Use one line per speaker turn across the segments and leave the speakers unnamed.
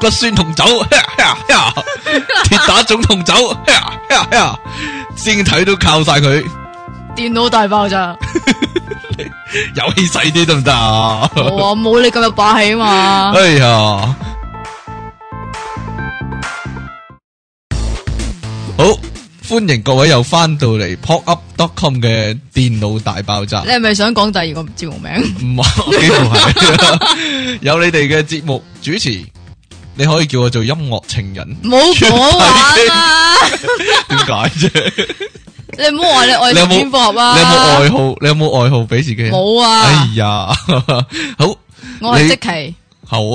骨酸痛酒， 鐵打總痛酒，先睇都靠晒佢，
電腦大 爆炸，
有氣勢啲得唔得啊？
冇啊，冇你咁有霸氣啊嘛。
哎呀，好歡迎各位又翻到嚟 popup.com 嘅電腦大爆 炸
你。係咪想講第二個節 目
唔
名？
係，幾乎 係有你哋嘅節目主持，你可以叫我做音樂情人，
唔好講玩啦，
點解啫？
你唔好話你愛
你有
情
冇
蝙蝠俠啊！
你有冇愛好？你有冇愛好俾自己？。
冇
哎
啊，
呀， 好
我係
你
即奇，
好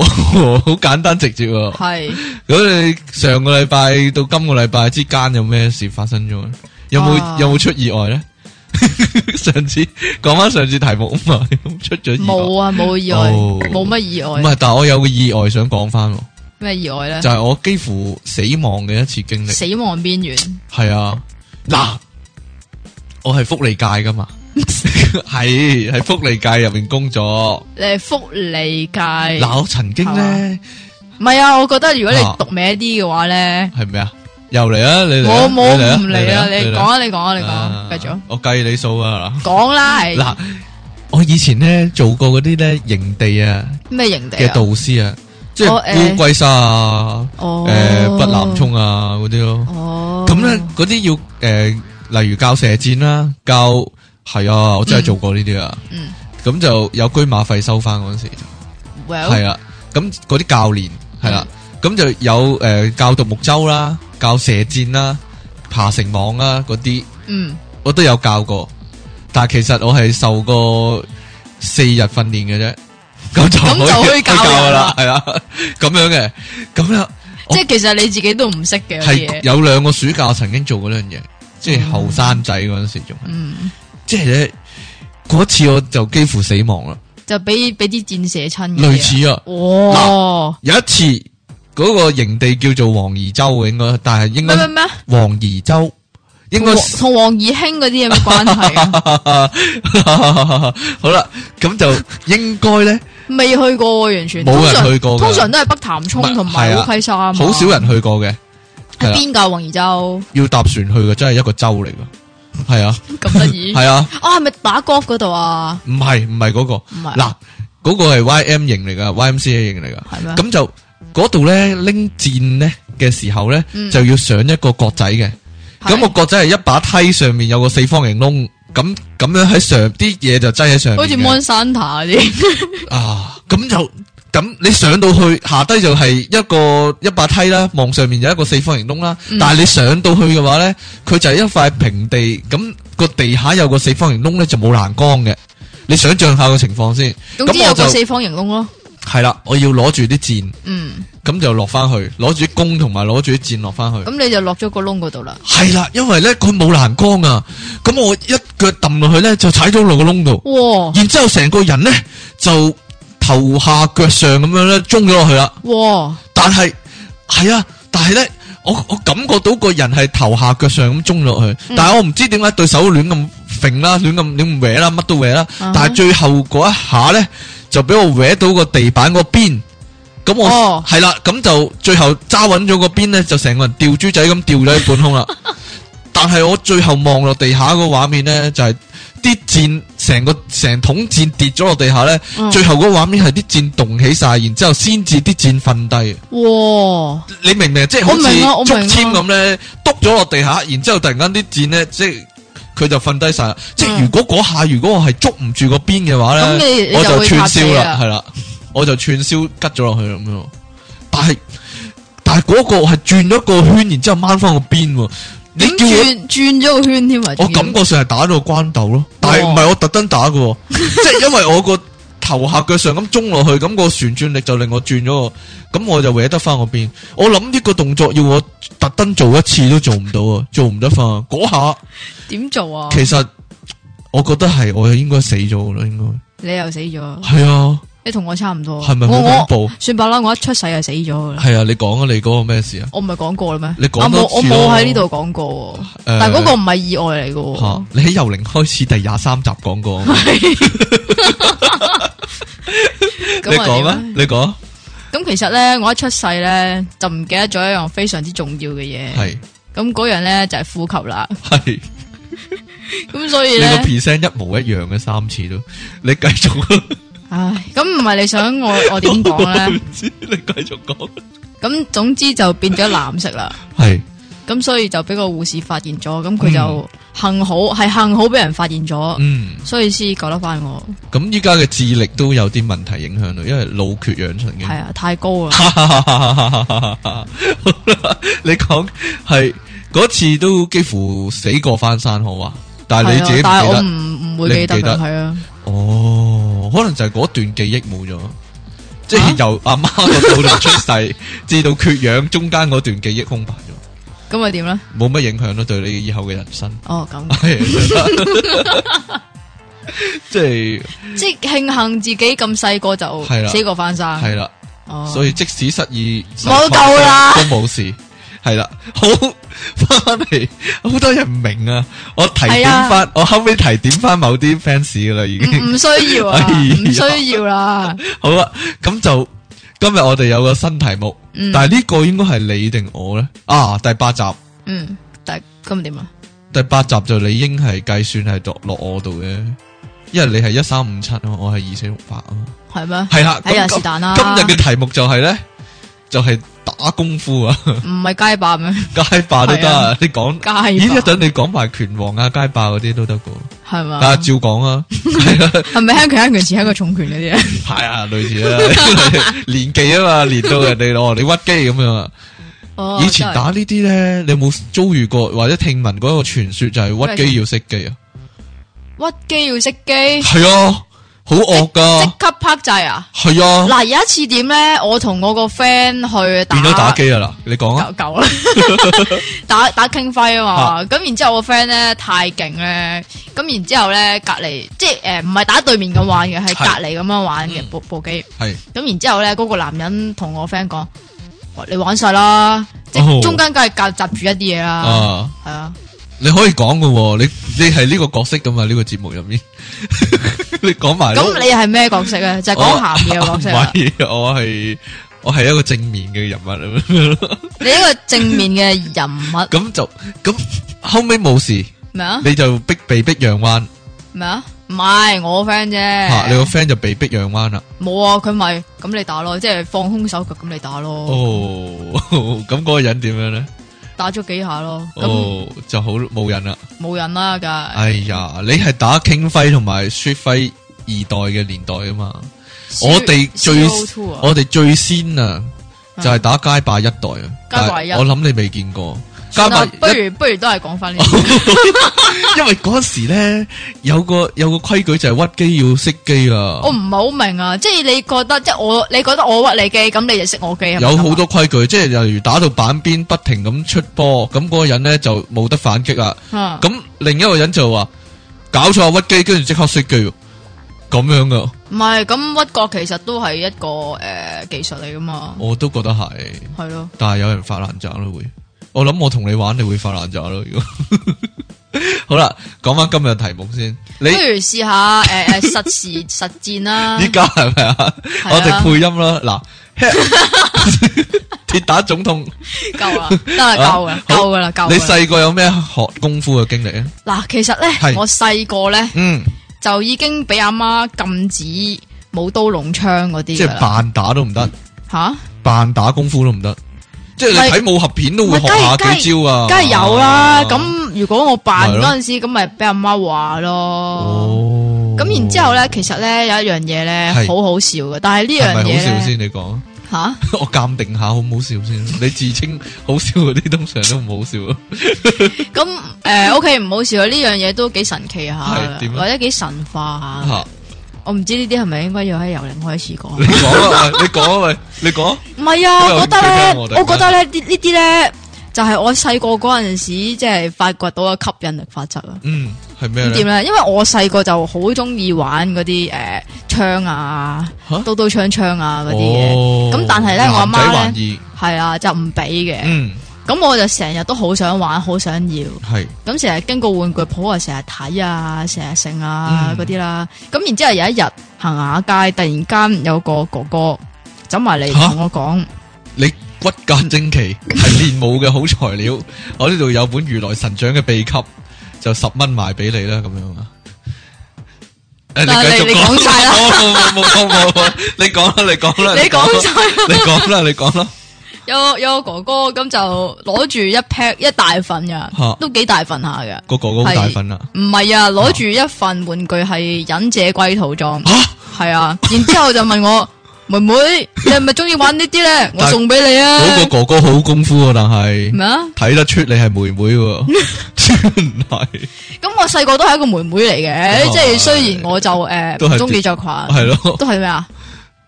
好簡單直接啊！
係
咁你上個禮拜到今個禮拜之間有咩事發生咗咧？有冇、
啊
有冇出意外咧？ 上次講翻上次題目啊嘛，出咗意外。
冇啊，冇意外
哦，
冇乜意
唔
外，
係，但係我有個意外想講翻喎。
咩意外咧
就？係我幾乎死亡嘅一次經歷。
啊死亡邊緣，
係啊，嗱，我係福利界噶 嘛，係喺福利界入面工作。
你係福利界。
嗱，我曾經咧
唔係啊，我覺得如果
啊
你讀歪啲嘅話咧，
係咪啊？又嚟啊！你嚟啊，
我冇
你嚟啊
唔理啊，你講
嚟
啊，你講啊，你講啊
啊，
繼續
我計你數啊
講啦，
嗱。
係
嗱，我以前咧做過嗰啲咧營地啊
咩營地
嘅
啊
導？師啊，即
我
係
誒
烏龜沙啊，
哦，
誒北南，涌啊嗰啲咯。
哦，
咁咧，嗰啲要诶、呃例如教射箭啦，教係啊，我真係做過呢啲啊。
嗯
咁就有居馬費收翻嗰陣時，
，well，
係啊。咁嗰啲教練係啦，
嗯
咁就有诶、呃教獨木舟啦，教射箭啦，爬繩網啦嗰啲，
嗯，
我都有教過。但系其實我係受過四日訓練嘅啫，咁就
咁就可以教
㗎
人
啦
啦，
係啦，咁樣嘅，咁咧。我
即係其實你自己都唔識嘅有啲
系
嘢，
有兩個暑假曾經做過呢樣嘢，即係後生仔嗰阵时仲係，
嗯，
即係咧嗰次我就幾乎死亡啦，
就俾俾啲箭射親嘅，
類，似啊，
哇，
有一次嗰、個營地叫做黃宜洲嘅，应该，但係應
咩
該
咩咩，
黃宜洲應該
同黃同黃義興嗰啲有咩關 係啊？
好啦，咁就應該 咧
未去過喎完全，
冇人
通常
去過㗎
通常都係北潭涌同埋
唔係係啊
烏溪沙啊嘛，
好少人去過嘅，係啊
係
啦，
邊㗎黃宜洲
要搭船去嘅，真係一個洲嚟噶，係啊，
咁得意，
係啊，
啊係咪打 golf 嗰度啊？
唔係唔係嗰個。
唔係，
嗱，嗰個係 YM 型嚟噶，YMCA 型嚟噶。
係咩？
咁就嗰度咧拎箭咧嘅時候咧，
嗯
就要上一個角仔嘅。咁
係
個角仔係一把梯上面有個四方形窿，咁咁樣喺上啲嘢就擠喺上
好似
面
Mon
嘅。
Santa 嗰啲，
啊，咁就咁你上到去下低就係一個一把梯啦，望上面有一個四方形窿啦。
嗯
但係你上到去嘅話咧，佢就係一塊平地，咁個地下有個四方形窿咧就冇欄杆嘅。你想象下個情況先。
總之
咁我
有個
就
四方形窿咯。
系啦，我要攞住啲箭，
嗯，
咁就落翻去，攞住啲弓同埋攞住啲箭落翻去。
咁你就落咗個窿嗰度啦。
系啦，因為咧佢冇欄杆啊，咁我一腳揼落去咧就踩咗落個窿度，
哇
然之后成個人咧就頭下腳上咁樣咧中咗落去啦。
哇，
但係係啊，但係咧我我感覺到個人係頭下腳上咁中落去，
嗯
但係我唔知點解對手亂咁揈啦，亂咁亂咁搲啦，乜都搲啦。
啊哈
但係最後嗰一下咧，就俾我搲到個地板個邊。咁我
哦
係啦，咁、就最後揸穩咗個邊咧，就成個人吊豬仔咁吊咗喺半 空啦。但係我最後望落地下個畫面咧，就係啲箭成個成桶箭跌咗落地下咧，
嗯
最後嗰個畫面係啲箭動起晒，然之後先至啲箭瞓低。
哇，
你明唔明？即係好
我明啊我
似
明
竹籤
啊
咁咧，篤咗落地下，然之後突然間啲箭咧，即係佢就瞓低晒啦。即係
嗯
如果嗰下如果我係捉唔住個邊嘅話
咁
咧，
你你
我
就會啊
串
拍死
燒啦，
啦
係啦，我就串燒吉咗落去咁樣。但係但係嗰個係轉咗個圈，然之後掹翻個邊喎。你
點
叫我哦
轉轉咗個圈添啊？
我
仲要哦
感覺上係打到關斗咯，但係唔係我特登打嘅 喎，即係因為我個頭下腳上咁中落去，咁、個旋轉力就令我轉咗個，咁我就搲得翻個邊。我諗呢個動作要我特登做一次都做唔到啊，做唔得翻。嗰
哦
下
點做啊？
其實我覺得係我應該死咗啦，應
你又死
該
咗，
係啊，
你同我差唔多。
係咪
我
好恐
我
怖？
算吧啦，我一出世就死咗噶啦。
係啊，你講啊，你嗰個咩事啊？
我唔係講過啦咩？
你講
我冇
多
我
次咯
冇喺呢度講過喎，
但
但嗰個唔係意外嚟嘅
吓、
喎。
你喺由零開始第廿三集講過 啊嘛，
係
你
咁
講
啊
啊
點啊？，
你講啊，
咁其實咧，我一出世咧就唔記得咗一樣非常之重要嘅嘢，
系
咁嗰樣咧就係呼吸啦。
系
咁所以
你個
咧，
percent 一模一樣嘅三次都，你繼續啊，
唉，咁唔係你想我 我點講
我 唔
咧？
知你繼續講，
咁總之就變咗藍色啦。
係
咁所以就俾個護士發現咗，咁佢就幸好係幸好俾人發現咗，
嗯，
所以先救得翻我。
咁依家嘅智力都有啲問題影響到，因為腦缺氧神經
係。啊，太高啦，
哈哈哈哈哈！你講係嗰次都幾乎死過翻山，好嘛？但係 你
係啊
自己唔
但係我
記
唔唔會
你唔
記得
記得
㗎，係啊，
得，哦，可能就係嗰段記憶冇咗，即
啊
係由阿媽個肚度出世 至到缺氧中間嗰段記憶空白咗，
咁咪點咧？
冇乜影響咯，對你以後嘅人生。
哦，咁。
係
啊
即係
即系庆幸自己咁细个就
係啦
死过翻生，
係啦，
哦
所以即使失意，
冇夠啦
都冇事。系啦，好翻翻嚟，好多人唔明啊！我提點
係
翻，我後尾提點翻某啲 fans 噶啦，已
唔
經
唔需要啊，
哎呀
唔需要啦，
好啦。咁就今日我哋有個新題目，
嗯
但係呢個應該係你定我咧？啊，第八集，
嗯，但系咁點 啊？
第八集就理應係計算係落落我度嘅，因為你係一三五七啊，我係二四六八啊嘛。
係咩？
系啦，
哎呀
咁
是但啦
今日嘅題目就係咧，就係打功夫啊，
唔係街霸咩？
街霸都得
係
啊。你講，
街
咦？一
霸
陣你講埋拳王啊、街霸嗰啲都得噶，
係嘛？
啊，照講啊，係啊，
係咪香拳香拳前香個重拳嗰啲啊？
係啊，類似 啊，練技啊嘛，練到人哋哦，你屈機咁樣啊。
哦
以前打呢啲咧，你有冇遭遇過或者聽聞嗰個傳說就係屈
咩
機要識機啊？
真係屈機要 熄機，
係啊，好惡
即
噶，
刻拍掣啊！
係啊，
嗱，有一次點咧，我同我個 friend 去打
變咗打機啊啦，你講啊，
狗 狗啦，打打傾揮啊嘛，咁然之後我 friend 咧太勁咧，咁然之後咧隔離即係誒唔係打對面咁玩嘅，係
係
隔離咁樣玩嘅
嗯
部部機，
係
咁然之後咧嗰個男人同我 friend 講：哇你玩晒啦，即係
哦
中間梗係夾雜住一啲嘢啦，
啊。
係啊，
你可以講噶、喎，你你系呢個角色噶嘛？呢、個節目入面， 你講埋啦。
咁你係咩角色咧？就係講鹹嘢嘅角色啊
哦 唔，係我係我係一個正面嘅人物咁樣咯
你一個正面嘅人物
咁就咁後尾冇事，
咩啊
你就逼被逼讓彎
咩啊？唔係我 friend
吓、嚇你個
啫，
friend 就被逼讓彎啦。
冇啊，佢咪咁你打咯，即係放空手腳咁你打咯。
哦， 咁嗰個人點樣咧？
打咗幾下咯，咁
哦，就好冇人啦。
冇人啦，梗係
哎呀，你係打傾輝同埋雪輝二代嘅年代啊嘛，我哋最
CO2 啊
我哋最先啊。就係打街霸一代啊！
嗯街霸一
但係我諗你未見過街
算啦
霸
不
一，
如不如都係講翻呢啲，
因為嗰時咧有個有個規矩就係屈機要熄機啊
我，唔係好明啊，即係你覺得即係我你覺得我屈你機，咁你就識我機係咪
有
咁啊
好多規矩，即係例如打到板邊不停咁出波，咁嗰個人咧就冇得反擊啦。
啊
咁另一個人就話搞錯啊屈機，跟住即刻熄機喎，咁樣噶，
唔係咁屈角其實都係一個誒技術嚟噶嘛，
我都覺得係，
係咯，
但係有人發爛渣咯會。我諗我同你玩，你會發爛渣咯。如果 好啦，講翻今日嘅題目先，
不
你。
如試下誒 誒實時實戰啦
依，家系咪啊？
係啊
我哋配音啦， 嗱，铁打總統，
夠啦，得啦，夠啦，
啊好
夠噶啦，夠
你
㗎啦。
細個有咩學功夫嘅經歷啊？
嗱，其實咧
係
我細個咧
嗯，
就已經俾阿媽禁止舞刀弄槍嗰啲
即
㗎啦
係扮打都唔得，
嚇。
扮打功夫都唔得，即係你
咪
睇武俠片都會
咪
學
梗係
下幾招啊，
梗係有啦。
啊
咁如果我扮
咪係咯
嗰阵时，咁咪俾阿媽話咯。
哦，
咁然之后咧，其實咧有一樣嘢咧
係
好好笑嘅，但係呢
係
樣
咪好笑
嘢咧
先？你講，
吓
我鑑定下好唔好笑先。你自稱好笑嗰啲，通常都唔好笑啊。
咁诶，OK 唔好笑啊！呢樣嘢都幾神奇下
係
㗎，
點啊
或者幾神化下。
嚇
我唔知呢啲係咪應該要喺由零開始講
你？講啊，喂你講啊，喂，你講，
唔係啊，
好有
我覺得
興
咧，
趣聽喎
我覺得咧呢呢啲咧就係我細個嗰陣時，即係發掘到嘅吸引力法則啊。
嗯，係咩
點
咧？
咧？因為我細個就好中意玩嗰啲誒槍啊
嚇、
刀刀槍槍啊嗰啲嘢，咁但係咧我阿媽咧
咧，
係啊就唔俾嘅。
嗯，
咁我就成日都好想玩，好想要。
係。
咁成日經過玩具鋪啊，成日睇啊，成日剩啊
嗯
嗰啲啦。咁然之後有一日行下街，突然間有個哥哥走埋嚟
吓
同我講，
你骨間精奇係練武嘅好材料， 我呢度有本如來神掌嘅秘笈，就十蚊賣俾你啦，咁樣啊。誒
但係
繼續
你你 講晒啦
冇冇冇冇冇冇，你講啦，你講啦，
你講
啦，
晒啦。
你講啦，你講啦，
有有個哥哥咁就攞住一 pack 一大份
嚇
噶，都幾大份下噶。
個哥哥好大份啦。
唔係啊，攞住一份玩具係忍者龜套裝，
吓，
係啊。然之后就問我 妹妹，你係咪中意玩呢啲咧？我
但
送俾你啊。
嗰個哥哥好功夫啊，但係
咩啊？
睇得出你係妹妹喎， 真係
咁我細個都係一個妹妹
哦
嚟嘅，即係雖然我就诶
都係
唔中意着裙，
係咯，
都係咩啊？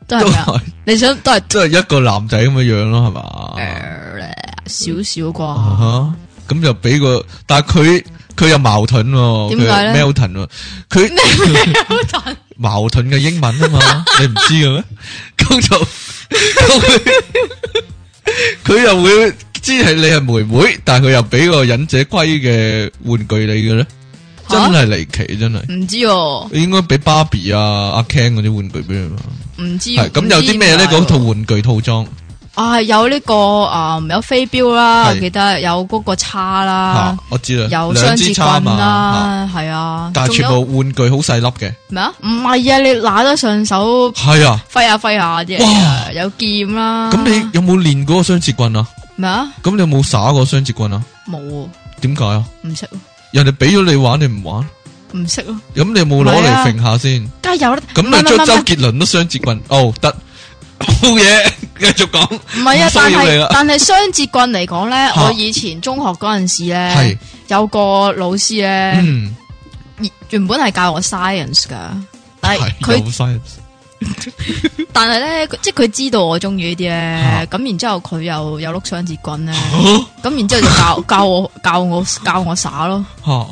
都係
都
咩啊？
係
你想都係
都係一個男仔咁嘅樣咯，係嘛？
诶少少
啊
啩？
哈咁就俾個，但係佢佢又矛盾喎，
點解咧
佢係 Melton 喎，佢 矛盾嘅英文啊嘛，你唔知嘅咩？咁就咁佢佢又會知係你係妹妹，但係佢又俾個忍者龜嘅玩具你嘅咧，真
嚇
係離奇真係。
唔知喎，
應該俾芭比啊、阿 Ken 嗰啲玩具俾佢嘛，
唔知
係咁
唔
有
知
啲咩咧？
點解
嗰套
喎
玩具套裝
啊，有呢、個啊、有飛鏢啦，我
係啊
記得有嗰個叉啦
吓，，我知啦，
啊有
兩
雙
支
節
叉
棍
嘛，嚇
啦，係啊，
但係
仲
全
有
部玩具好細粒嘅。
咩啊？唔係啊，你拿得上手
系啊，
揮下揮下啫
哇，
有劍啦。
咁你有冇練嗰個雙截棍啊？
咩啊？
咁你有冇耍過雙截棍啊？
冇喎
點解啊？
唔識喎
人哋俾咗你玩，你唔玩，
唔識咯，
咁你有冇攞
唔係
嚟
啊
揈下先？
梗係有啦。
咁
唔係
你將
唔係唔
周
係
杰倫都雙截棍，哦得，好嘢， 繼續講。
唔係啊
唔，
但
需要你啦
係但係雙節棍嚟講咧，
嚇
我以前中學嗰陣時
係
咧，有個老師咧，
嗯，
原本係教我 science 噶，但係
係
佢
有 science，
但系咧，佢即系佢知道我中意呢啲
啊
咧，咁然之后佢又有碌雙節 棍咧，咁然之后就教 教我教我教我耍咯，
吓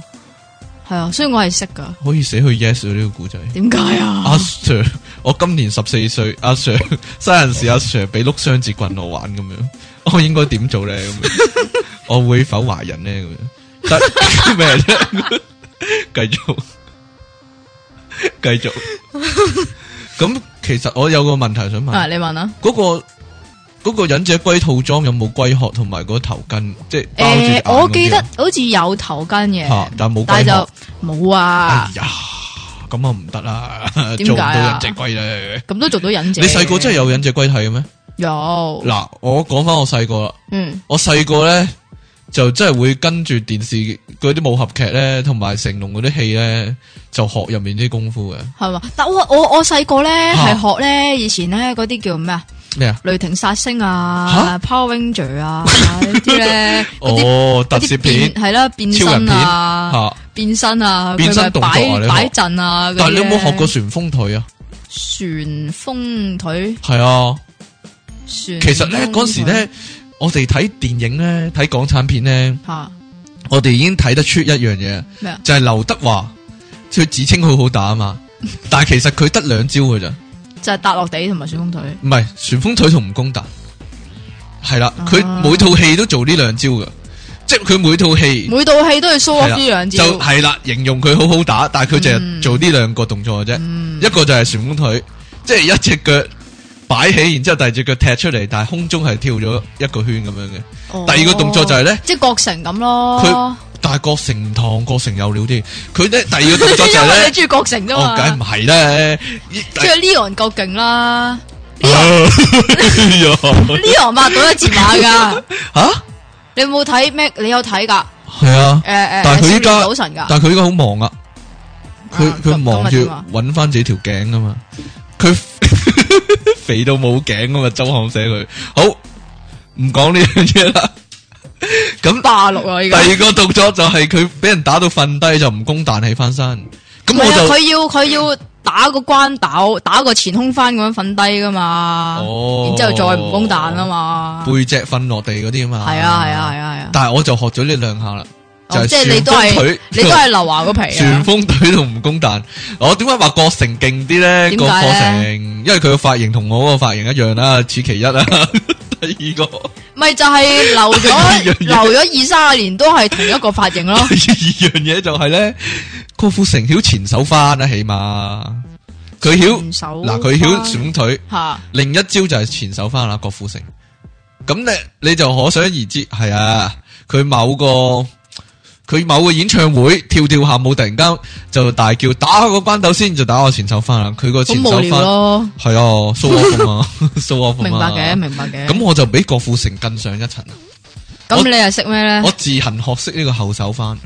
系啊，所以我係識噶。
可以寫去 yes 喎呢個故仔。
點解
阿
啊？
Sir，我今年十四歲，阿 Sir 生人時阿 Sir 俾碌雙截棍我玩咁樣，我應該點做咧？咁樣我會否懷孕咧？咁樣得 咩啫？繼續，繼續。咁其實我有個問題想問，
啊，你問啊？
嗰、個嗰、個忍者龜套裝有冇龜殼同埋嗰個頭巾，即係包住隻
诶
眼，嗰啲啊
我記得好似有頭巾
嚇
嘅，
但冇
但
龜
系
殼
就。冇
哎
啊，
呀，咁啊唔得啦，
點
做唔
解啊
到忍者龜咧。
咁都做到忍者。
你細個真係有忍者龜睇嘅咩？
有？
嗱，我講翻我細個啦，
嗯，
我細個咧就真係會跟住電視嗰啲武俠劇咧，同埋成龍嗰啲戲咧，就學入面啲功夫嘅
係嘛？但我我我细个咧
嚇
係學咧以前咧嗰啲叫咩啊？
咩啊？
雷霆殺星
嚇
啊，Power Ranger 啊，呢啲咧嗰啲。
哦， 特
嗰
攝
啲
片
變係啦，變
超人
身
片
啊，
吓，
變身啊，
變身動作啊
佢
你
咪
學
擺擺陣啊，嗰啲
但係你有冇
咧
學過旋風腿啊？
旋風腿？
係啊，
旋
其實咧嗰時咧，我哋睇電影咧，睇港產片咧，
吓
我哋已經睇得出一樣嘢，
咩啊？
就係劉德華，佢自稱佢好打啊嘛，但係其實佢得兩招嘅咋。
就係踏落地同埋旋風腿，
唔系旋風腿同蜈蚣彈，係啦，
啊
佢每套戲都做呢兩招噶，即係佢每套戲
每套戲都要 show
係
off
啦
呢兩招，
就係啦，形容佢好好打，但係佢就係
嗯
做呢兩個動作嘅啫，
嗯
一個就係旋風腿，即係一隻腳擺起，然之后第二隻腳踢出嚟，但係空中係跳咗一個圈咁樣嘅。
哦
第二個動作就係咧，
即係郭成咁咯。
但係郭成唔同，郭成有料啲，佢咧第二個動作就
因
係
為你
咧，
中意郭成啫
哦，梗唔
嘛，
係 哎啦，依
即係 Leon 夠勁啦
哎呀
，Leon 抹到一字 馬噶，
吓
你有冇睇咩？你有睇㗎？
係啊。
誒誒，
但係佢依家
賭神㗎，
但佢依家好忙啊，佢
啊
佢
咁
忙住
今日點啊
揾翻自己條頸啊嘛，佢 肥到冇頸啊嘛，周漢寫佢好唔講呢樣嘢啦。咁
八六啊，依
第
家。
二個動作就係佢俾人打到瞓低就唔攻彈起翻身，咁
唔係啊，
我就
佢要佢要打個關斗，打個前空翻咁樣瞓低噶嘛，
哦
然之後再唔攻彈啊嘛，
背脊瞓落地嗰啲啊嘛。
係啊係啊係啊係啊，
但係我就學咗呢兩下啦，就
哦
係
即係你
旋
都
風
係
腿
你都係劉華個皮
旋
啊，
風隊同蜈蚣彈，我點解話郭成勁啲咧？
點解咧
個郭成，因為佢個髮型同我個髮型一樣啦，此其 一啦。第二個，
咪就係留
一樣
咗
嘢
留咗二三十年都係同一個髮型咯
啊，第二樣嘢就係咧，郭富城曉前手翻啦，起碼佢曉
前手
嗱，佢曉閃腿，
吓
另一招就係前手翻啦，郭富城。咁你你就可想而知，係啊，佢某個佢某個演唱會跳跳下舞，突然間就大叫打開個關斗先，就打我前手翻啦。佢個前手
咁無
翻
聊
係
咯，
啊，show off 啊嘛 ，show off 啊
明白
嘛
嘅，。明白嘅。
咁我就比郭富城更上一層啦，
咁
我
你又識咩咧
我？自行學識呢個後手翻，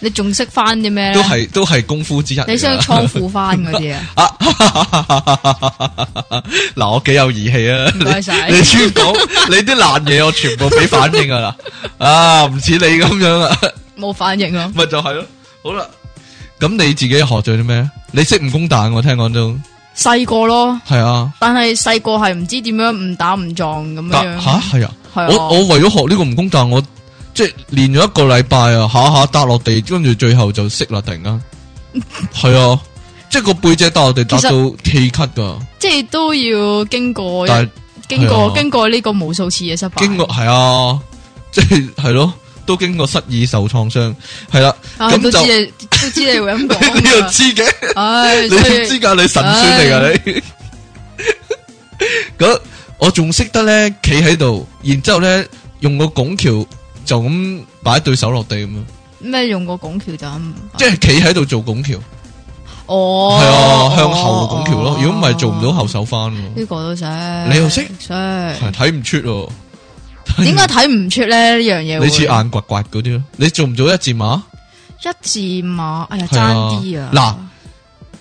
你仲識翻啲咩咧
都？係都係功夫之一嚟㗎啦。
你識去倉庫翻嗰啲啊？
啊！ 嗱，我幾有義氣啊！
唔該 晒
你你先講，你啲爛嘢我全部俾反應噶啦。啊，唔似你咁樣啊，
冇反應啊咯。
咪就係咯。好啦，咁你自己學咗啲咩？你識唔公彈？我聽講都
細個咯，
係啊。
但係細個係唔知點樣誤打誤撞咁
但
樣。
吓係啊，
係啊
我我為咗學呢個唔公彈，我即係練咗一個禮拜啊，下下搭落地，跟住最後就識啦，突然 間係啊，即係個背脊搭落地搭
其
到
實
氣咳噶，
即係都要經過一
但係。
經過
係啊
經過呢個無數次嘅失敗。
经过系啊， 即系系咯，都经过失意受创伤，系啦，
啊
咁
都
就
知你都知你會咁
你又
講
知嘅，
啊。唉，
你
所
都知
以
噶，你神算嚟噶你。 咁我仲识得咧，企喺度，然之后咧用个拱桥就咁摆对手落地咁
啊
样，
咩用個拱橋就咁？
即系企喺度做拱桥，系
哦，
啊，向后拱桥咯
哦。嗯
如果唔系做唔到后手翻，
呢個都識，
你又識
識？
係睇唔出喎。
點解睇唔出咧呢樣嘢會？
你似硬刮刮嗰啲咯？你做唔做一字馬？
一字馬，哎呀，
係
爭
啊
啲啊！
嗱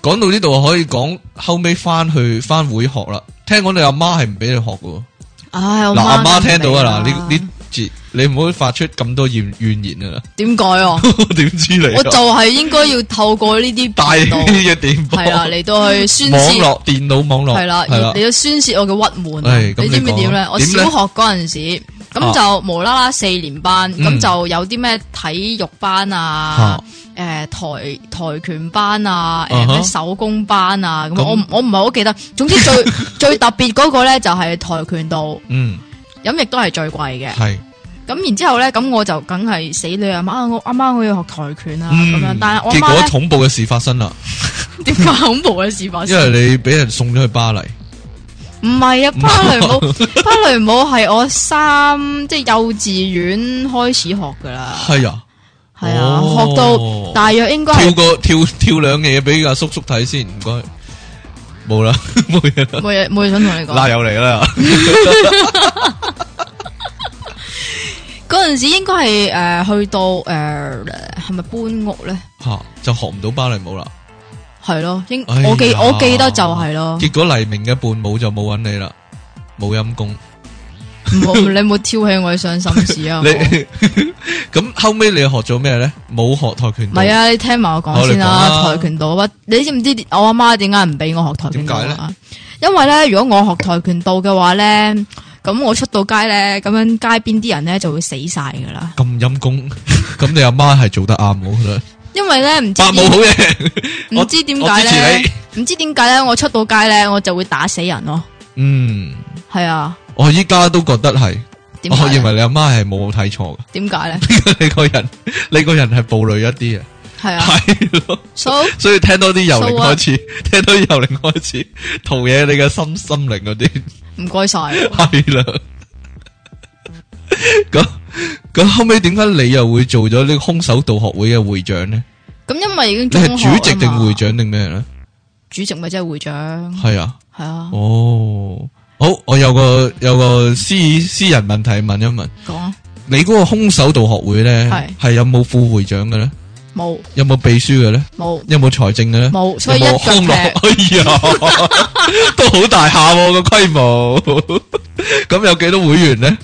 讲到呢度可以讲後尾翻去翻會學啦。聽講你阿媽係唔俾你學嘅喎，
唉，我
嗱阿媽
媽
聽到啊，嗱
明
呢呢節你唔好發出咁多怨怨言 啊啦，
點解啊？
我點知你啊？
我就係應該要透過呢啲
大啲
頻道
嘅電波，
係啦，嚟到去宣
網
泄，
絡電腦網絡
係啦，
係啦
嚟到宣泄我嘅鬱悶啊
唉。咁
你知唔
你
知
講
點咧
啦？
我
點
小
咧
學嗰陣時，
啊
咁就無啦啦四年班，
嗯
咁就有啲咩體育班啊
嚇。
诶，跆跆拳班啊，
啊
诶
哈
咩手工班啊，咁
咁
我唔我唔係好記得。總之最 最特別嗰個咧就係跆拳道，
嗯
咁亦都係最貴嘅。
係
咁然之後咧，咁我就梗係死女阿媽，啊我阿媽我要學跆拳啊咁樣
嗯，，
但係我
結
阿媽
果
咧
恐怖嘅事發生啦，
點解恐怖嘅事發
因
生？
為你俾人送咗去巴黎，
唔 係啊，芭蕾舞芭蕾舞係我三即係幼稚園開始學噶啦，
係啊，
係啊，
哦
學到大約應該
跳
係
個跳跳兩嘢俾阿叔叔睇先，唔該，冇 啦冇嘢啦，
冇嘢冇嘢想同你
嗱
講。
又嚟啦。
嗰陣時應該係誒去到誒係咪搬屋咧？
吓、就學唔到芭蕾舞啦。
係咯，應
哎呀
我記我記得就係咯，
結果黎明嘅伴舞就冇揾你啦，冇陰功。
唔好你冇挑起我嘅傷心事啊！好
你
唔好
咁後尾你學咗咩咧？冇學跆拳
唔
道。
係啊，你聽埋我講先
嗯好你講
啦。
啦
跆拳道啊，你知唔知我阿媽點解唔俾我學跆拳道
點解
啊？因為咧，如果我學跆拳道嘅話咧，咁我出到街咧，咁樣街邊啲人咧就會死晒噶啦。
咁陰功， 咁你阿媽係做得啱，我覺得。
因為咧唔知
八舞
點
好嘢，我
唔知點解
我支
咧，唔知點解咧，我出到街咧我就會打死人咯。
嗯，
係啊，
我依家都覺得係，
點
我
解
認
呢？
為你阿媽係冇睇錯
點解咧？
嘅， 你個人你個人係暴戾一啲啊，
係 啊
係咯，
，so
所以聽多啲由零
So what？
開始， 聽多啲由零 開始，陶冶你嘅心心靈 嗰啲。
唔該晒。
系啦。咁咁后尾點解你又會做咗呢個空手道學會嘅會長呢？
咁因為已經
你
中
係
學
主席
啦
定
嘛
會？長定咩呢？
主席咪即係會長，
係啊，
係啊，
哦，好，我有個有個私私人問題問一問，
講啊
你嗰個空手道學會呢，
係
係有冇副會長嘅呢？
冇
有冇秘書嘅呢？
冇
有冇財政嘅呢？
冇，
有
所以一腳
冇康樂？
踢。
哎呀， 都好大下喎個規模。 咁有幾多會員呢？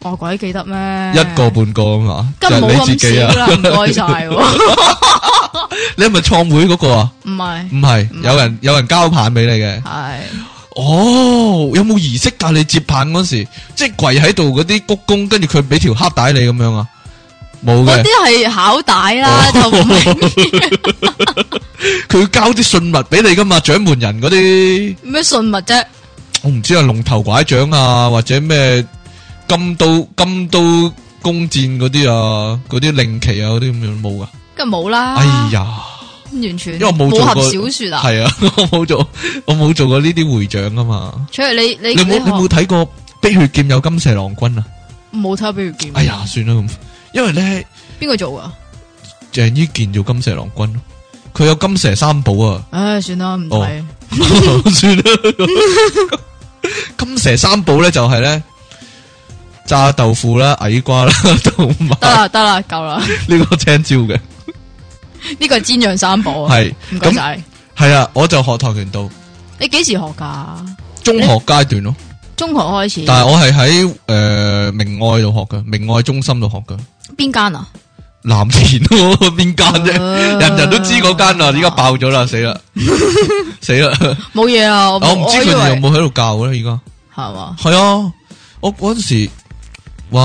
我哦鬼記得咩？
一個半個啊嘛，就
咁冇
係你自
咁
己
少
啊。
啦，唔該晒 喎。
你係咪創會嗰個啊？
唔係
唔係，
唔係
有人有人交棒俾你嘅。
係
哦，有冇儀式㗎？你接棒嗰時，即係跪喺度嗰啲鞠躬，跟住佢俾條黑帶你咁樣啊？冇嘅
嗰
哦
啲，係考帶啦，就唔係
佢交啲信物俾你噶嘛，掌門人嗰啲，
咩信物啫。
我唔知啊，龍頭拐杖啊，或者咩金刀金刀弓箭嗰啲啊，嗰啲令旗啊，嗰啲咁樣冇噶。
梗係冇啦。
哎呀，
完全
因為我冇
武
做
俠
過
小说啊！
系啊， 我冇做，我冇做过呢啲会长噶嘛。
除你你
你冇你冇
學
睇過《碧血劍》有金蛇郎君啊？
冇睇下《比如劍》？
哎呀，哦算啦咁，因為咧
邊個做啊？
鄭伊健做金蛇郎君咯，佢有金蛇三寶 啊，
唉，算啦，唔
哦
睇。
算啦。金蛇三寶咧就係咧炸豆腐啦、 矮瓜啦，同埋
得啦得啦，夠 啦。
呢個青椒嘅，
呢個係煎釀三寶啊！
係
唔該
咁
晒。
係啊，我就學跆拳道，
你幾時學㗎？
中學階段咯，
中學開始。
但係我係喺诶明愛度學嘅，明愛中心度學嘅。
邊間啊？
藍田咯， 邊間啫？
哦
人人都知嗰間啦，依家爆咗啦，死 啦，死啦！
啊冇嘢啦，我
我唔知佢哋
以
有
為
冇喺度教咧，而家
係嘛？
係啊！我嗰阵时，哇！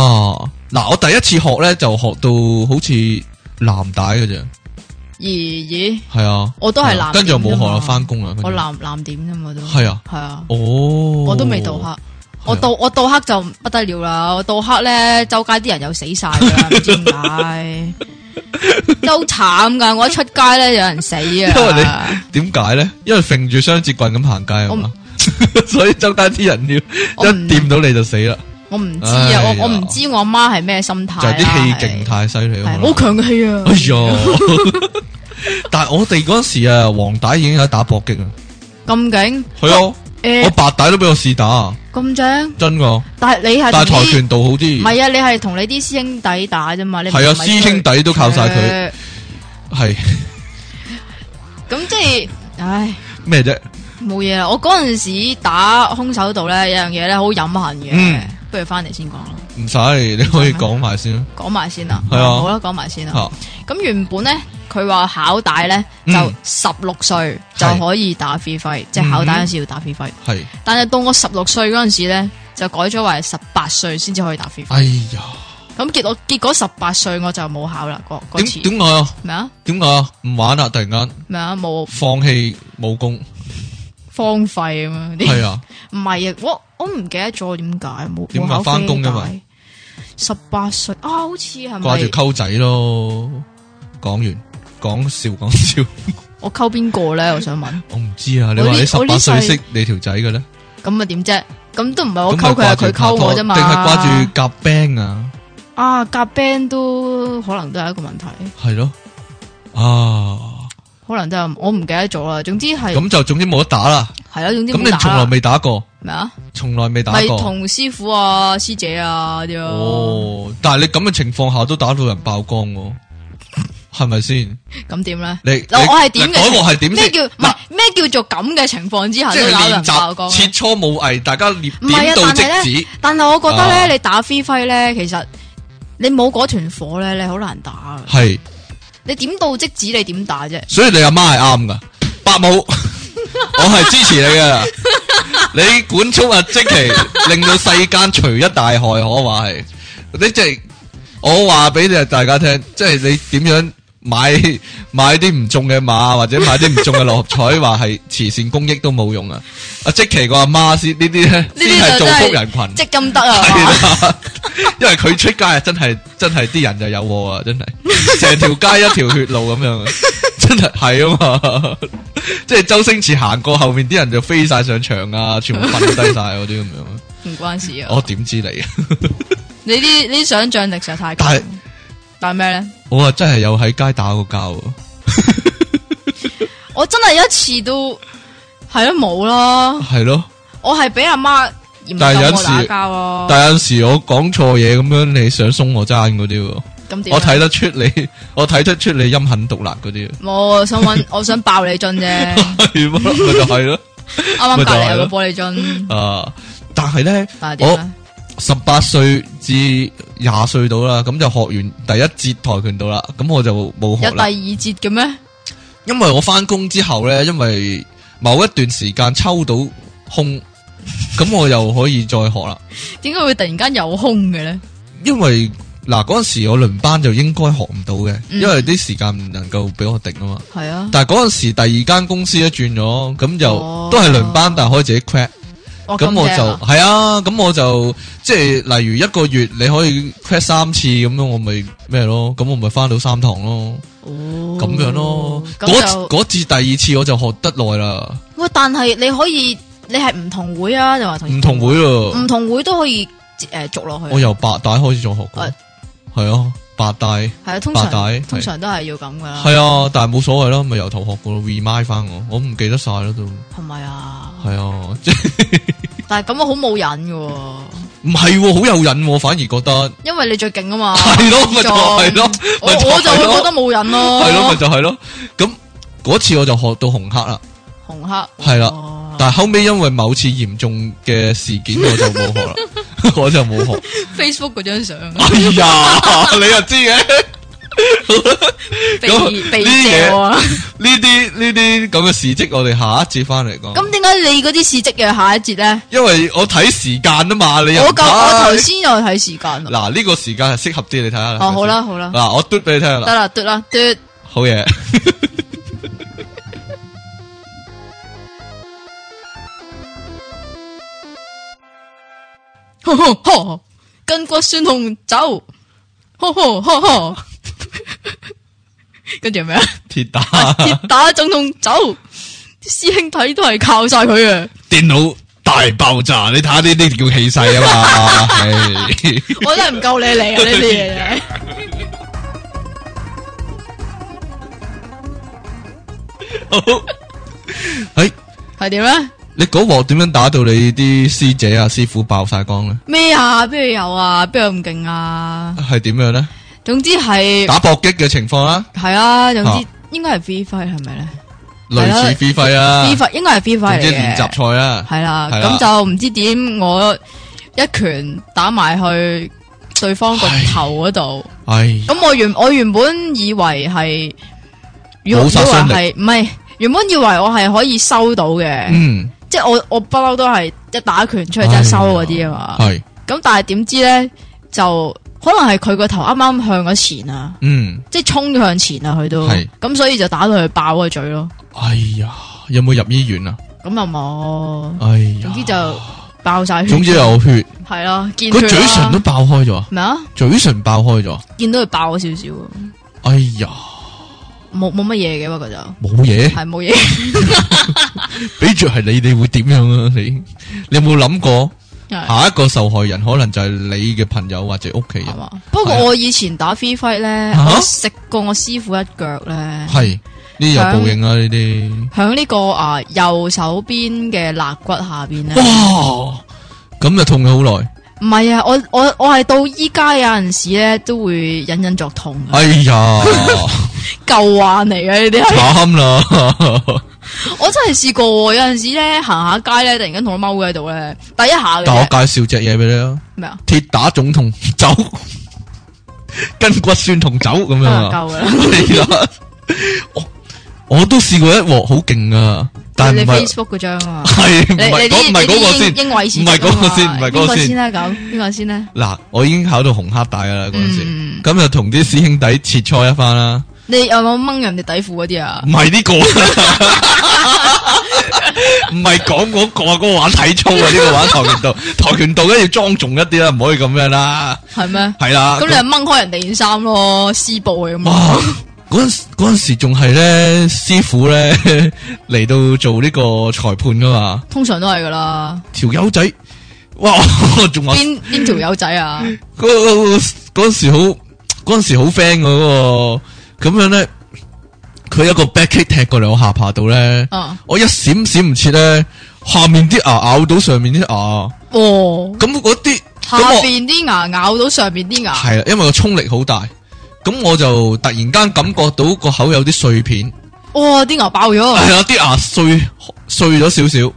嗱，我第一次學咧就學到好似藍帶嘅啫，
咦咦，
係啊，
我都係藍
跟住又冇學
點啫
啦，
嘛
翻工啦，啊跟住
我藍藍點啫嘛都。
係啊，
係啊。
哦，
我都未到黑，我
係啊
到我到黑就不得了啦！我到黑咧，周街啲人又死 晒啦，唔知點解，真係好慘噶！我一出街咧，有人死
為
啊！
點解咧？因為揈住雙節棍咁行街啊嘛， 所以周街啲人要
我
一
唔
掂到你就死啦，
我唔知
哎
啊，
呀
我我唔知我阿媽係咩心態
就
啦，
係啲氣勁太犀利
係
啊！可能
好強嘅氣啊！
哎呀！ 但系我哋嗰時啊，黃帶已經有打搏擊啊，
咁勁
係啊，我
誒
白帶都俾我試打啊，
咁正，
真噶。
但係你係
但系
同
跆
啲
拳道好
唔
啲，
係啊？你係同你啲師兄弟打啫嘛？你唔
係啊，
係
師兄弟都靠晒佢，
誒
係
咁即係唉。
咩啫？
冇嘢啦，我嗰阵时打空手道咧，有樣嘢咧好飲恨嘅，
嗯
不如翻嚟先講啦，
唔使，你可以講埋先啦。
講埋先啦，
係啊
好啦，講埋先啦。
吓，
咁原本咧，佢話考帶咧
嗯
就十六歲就可以打 free fight，即係考帶嗰陣時要打 free fight，
係，
但係到我十六歲嗰陣時咧，就改咗為十八歲先至可以打 free fight。
哎呀，
咁結果結果十八歲我就冇考啦，嗰嗰
點
次
点解啊？
咩啊
點解啊？唔玩啦，突然間
咩啊冇
放棄武功，
荒廢咁樣啲。
係啊，
唔係啊，我我唔記得咗點解冇
點解
冇考
返工㗎
噶
嘛
嘛？十八歲啊，好似係
掛住
咪？
溝仔咯。講完，講笑講笑，
我溝邊個咧？我想問，
我唔知啊。你話
我呢
你十
我
八
呢
歲
世
識你條仔嘅咧？
咁啊點啫？咁都唔係我
咁咪
溝佢，係
掛
佢
住拍
溝我
拖
啫嘛。
定係掛住夾 band 啊？
啊夾 band 都可能都係一個問題，
係咯，啊，
可能都係我唔記得咗啦。總之係
咁就總之冇得打啦。
係啦，總之
咁
冇
你
打
從來
啦
未打過，
咩啊？
從來未打
咪
過。
同師傅啊、師姐啊啲咯。
哦，但係你咁嘅情況下都打到人爆光喎，係咪先？
咁點咧？
你
嗱我係點嘅
嗰鑊係點
咩
先？
叫唔係
嗱，
咩叫做咁嘅情況之下
即
都
係
打到
練
人爆光
習
呢？
切磋武藝，大家練
唔係啊
點到即止。
但系我覺得咧，
啊
你打 free fight 咧，其實你冇嗰團火咧，你好難打㗎
係，
你點到即止，你點打啫？
所以你阿媽係啱噶，伯 母，我係支持你嘅。你管束啊，即其令到世間除一大害，可話係。你即係我話俾你大家聽，即係你點樣買買啲唔中嘅馬，或者買啲唔中嘅六合彩，話係慈善公益都冇用啊！阿即其個阿媽先呢啲咧，
啲
先
就
係造福
真係
人群。
即咁得 啊！
係啦， 因為佢出街啊，真係真係啲人就有禍啊，真係成條街一條血路咁樣，真係係啊嘛，即係周星馳行過後面啲人就飛晒上牆啊，全部瞓低晒嗰啲咁 樣，
唔關事啊！
我點知你啊？
你啲你啲想像力實在太
但係
強。但係咩咧？
我啊真係有喺街打過交啊喎，
我真係一次都係都冇咯。
係咯，
我係俾阿媽嚴
但係有
禁
陣
我
時
打交咯。
但有陣時我講錯嘢咁樣，你想鬆我爭嗰啲喎，
咁點
我
啊？
睇得出你，我睇得出你陰狠毒辣嗰啲啊，
冇，我想搵，我想爆你樽啫。
係嘛，咪就係咯，
啱
咪
啱
就
隔
係
離有
咯
個玻璃樽，
啊，但係咧。
但係點啊咧？
十八歲至廿歲到啦，咁就學完第一節跆拳道啦，咁我就冇學
有第
啦
二。節嘅咩？
因為我翻工之後呢，因為某一段時間抽到空，咁我又可以再學啦。
點解會突然間有空嘅咧？
因為嗱嗰陣時我輪班就應該學唔到嘅，
嗯
因為啲時間唔能夠俾我定啊嘛。
係啊，
但係嗰陣時第二間公司咧轉咗，咁就、
哦
都係輪班，但係可以自己 crack。
哇
咁我
正啊
就係啊，咁我就即係例如一個月你可以 crash 三次咁樣，我咪咩咯？咁我咪翻到三堂咯。
哦，
咁樣咯。
咁
嗰
就
嗰次第二次我就學得耐啦，
喂，但係你可以，你係唔同會啊，定話同
唔同會咯。
唔同會都可以诶續落
我
去，
由白帶開始再學過
啊，
係啊，白帶。
係啊，通
白帶
常
係
通常都係要咁噶啦，
系啊，但系冇所謂啦，咪由頭學過咯，remind 翻我，我唔記得晒啦都，
係咪啊？
係啊，即係
但係咁樣好冇癮嘅喎，
唔係喎，好有癮喎，反而覺得
因為你最勁啊嘛，
係咯， 咪就係咯，
我
咪
我就哦
係
會
咯
覺得冇癮咯，
係咯，咪就係咯，咁嗰次我就學到紅黑啦，
紅黑
係啦
哦
但係後尾因為某次嚴重嘅事件，我就冇學啦， 我就冇學。
Facebook 嗰張相，
哎呀， 你又知嘅
被
咁
被
呢啲嘢
借啊！
呢啲呢啲咁嘅事蹟，我哋下一節翻嚟講。
咁點解你嗰啲事迹嘅下一節咧？
因為我睇時間啊嘛，你又
我
唔
夠我頭
睇
先又睇時間啦。
嗱呢個時間係適合啲，你睇下啦。
哦，好啦好啦，
嗱，我嘟俾你聽啦
得，啦得啦得。
好嘢。
呵呵呵，筋骨酸痛走，呵呵呵呵， 跟住係咩啊？
鐵打
跌打陣痛走，啲師兄睇都係靠晒佢啊！
電腦大爆炸，你睇下呢啲叫氣勢啊嘛。 係
我真係唔夠你 嚟啊！呢啲嘢真係。
好， 哎，
係點咧？
你嗰鑊點樣打到你啲師姐啊師傅爆晒光咧？
咩啊？邊度有啊？邊度咁勁啊？
係點樣咧？
總之係
打搏擊嘅情況啦，
係啊，總之
啊
應該係 V 輝係咪咧
類似飛揮啊，
？V 輝應該係 V 輝
總之
嚟
練習
嘅，
賽啊啦。
係啦。
係啦
咁就唔知點我一拳打埋去對方個
唉
頭嗰度。
唉，
咁我原我原本以為係，以為
冇殺傷
係唔係？原本以為我係可以收到嘅，
嗯，哎
即系我我不嬲都係一打拳出去真係收嗰啲啊嘛。
係，
咁但係點知咧，就可能係佢個頭啱啱向咗前啊，
嗯，
即系冲向前啊，佢都
係
咁，所以就打到佢爆個嘴咯。
哎呀，有冇入醫院啊？
咁又冇，
哎呀，
總之就爆晒血，
總之有血，
系咯，見
個
佢
嘴唇都爆開咗啊，
咩啊？
嘴唇爆開咗啊，
見到佢爆咗少少啊，
哎呀，
冇冇乜嘢嘅，不過就係
冇 嘢。
冇嘢。
俾住系你，你會點樣啊？你你有冇諗過
係
下一個受害人可能就係你嘅朋友或者屋企人
系？嘛？不過我以前打 free fight 咧，
啊
我食過我師傅一腳咧，
係呢有報應啦，啊呢啲
響呢個啊右手邊嘅肋骨下邊咧。
哇，咁就痛咗好耐。
唔係啊，我我我係到依家有陣時咧都會隱隱作痛嘅，
哎 呀，
舊患嚟嘅呢啲係。
慘 啦！
我真係試過喎，有陣時咧行下街咧，突然間同我踎喺度咧，第一下嘅
但我
啫
介紹隻嘢俾你啊，
咩啊，
鐵打總痛酒， 筋骨酸痛酒咁樣
啊
啊。
夠㗎啦。
係啦，我我都試過一鑊好勁啊，但
你
係唔係
Facebook 嗰張啊嘛，
係唔
你你
係
啲
嗰唔係嗰個
你啲
先
英。英偉
唔係嗰個先唔係嗰個先
咧咁，邊個先啊咧？
嗱，我已經考到紅黑帶㗎啦嗰陣
嗯
時，咁就同啲師兄弟切磋一番啦。
你有冇掹人哋底褲嗰啲啊
唔？係 呢個，唔係講嗰個啊，嗰個玩體操啊，呢個玩跆拳道，跆拳道咧要莊重一啲啦，唔可以咁樣啦。
係咩？
係啦，
咁你就掹開人哋件衫咯，撕布佢咁
啊哇
咯。！
嗰陣時嗰陣時仲係咧， 師傅咧嚟到做呢個裁判噶嘛，
通常都係噶啦。
條友仔，哇！ 仲話
邊邊條友仔 啊？
嗰嗰嗰陣時好嗰陣時好 friend 嗰個，咁樣咧，佢有一個 back kick 踢過嚟我下巴度咧，
啊，
我一閃閃唔切咧，下面啲牙咬到上面啲牙，
哦，
咁嗰啲
下啊
咁我
邊啲牙咬到上邊啲牙，
係啊啦，因為個衝力好大，咁我就突然間感覺到個口有啲碎片，
哇，啲牙爆咗。
係啊，啲牙碎碎咗少少，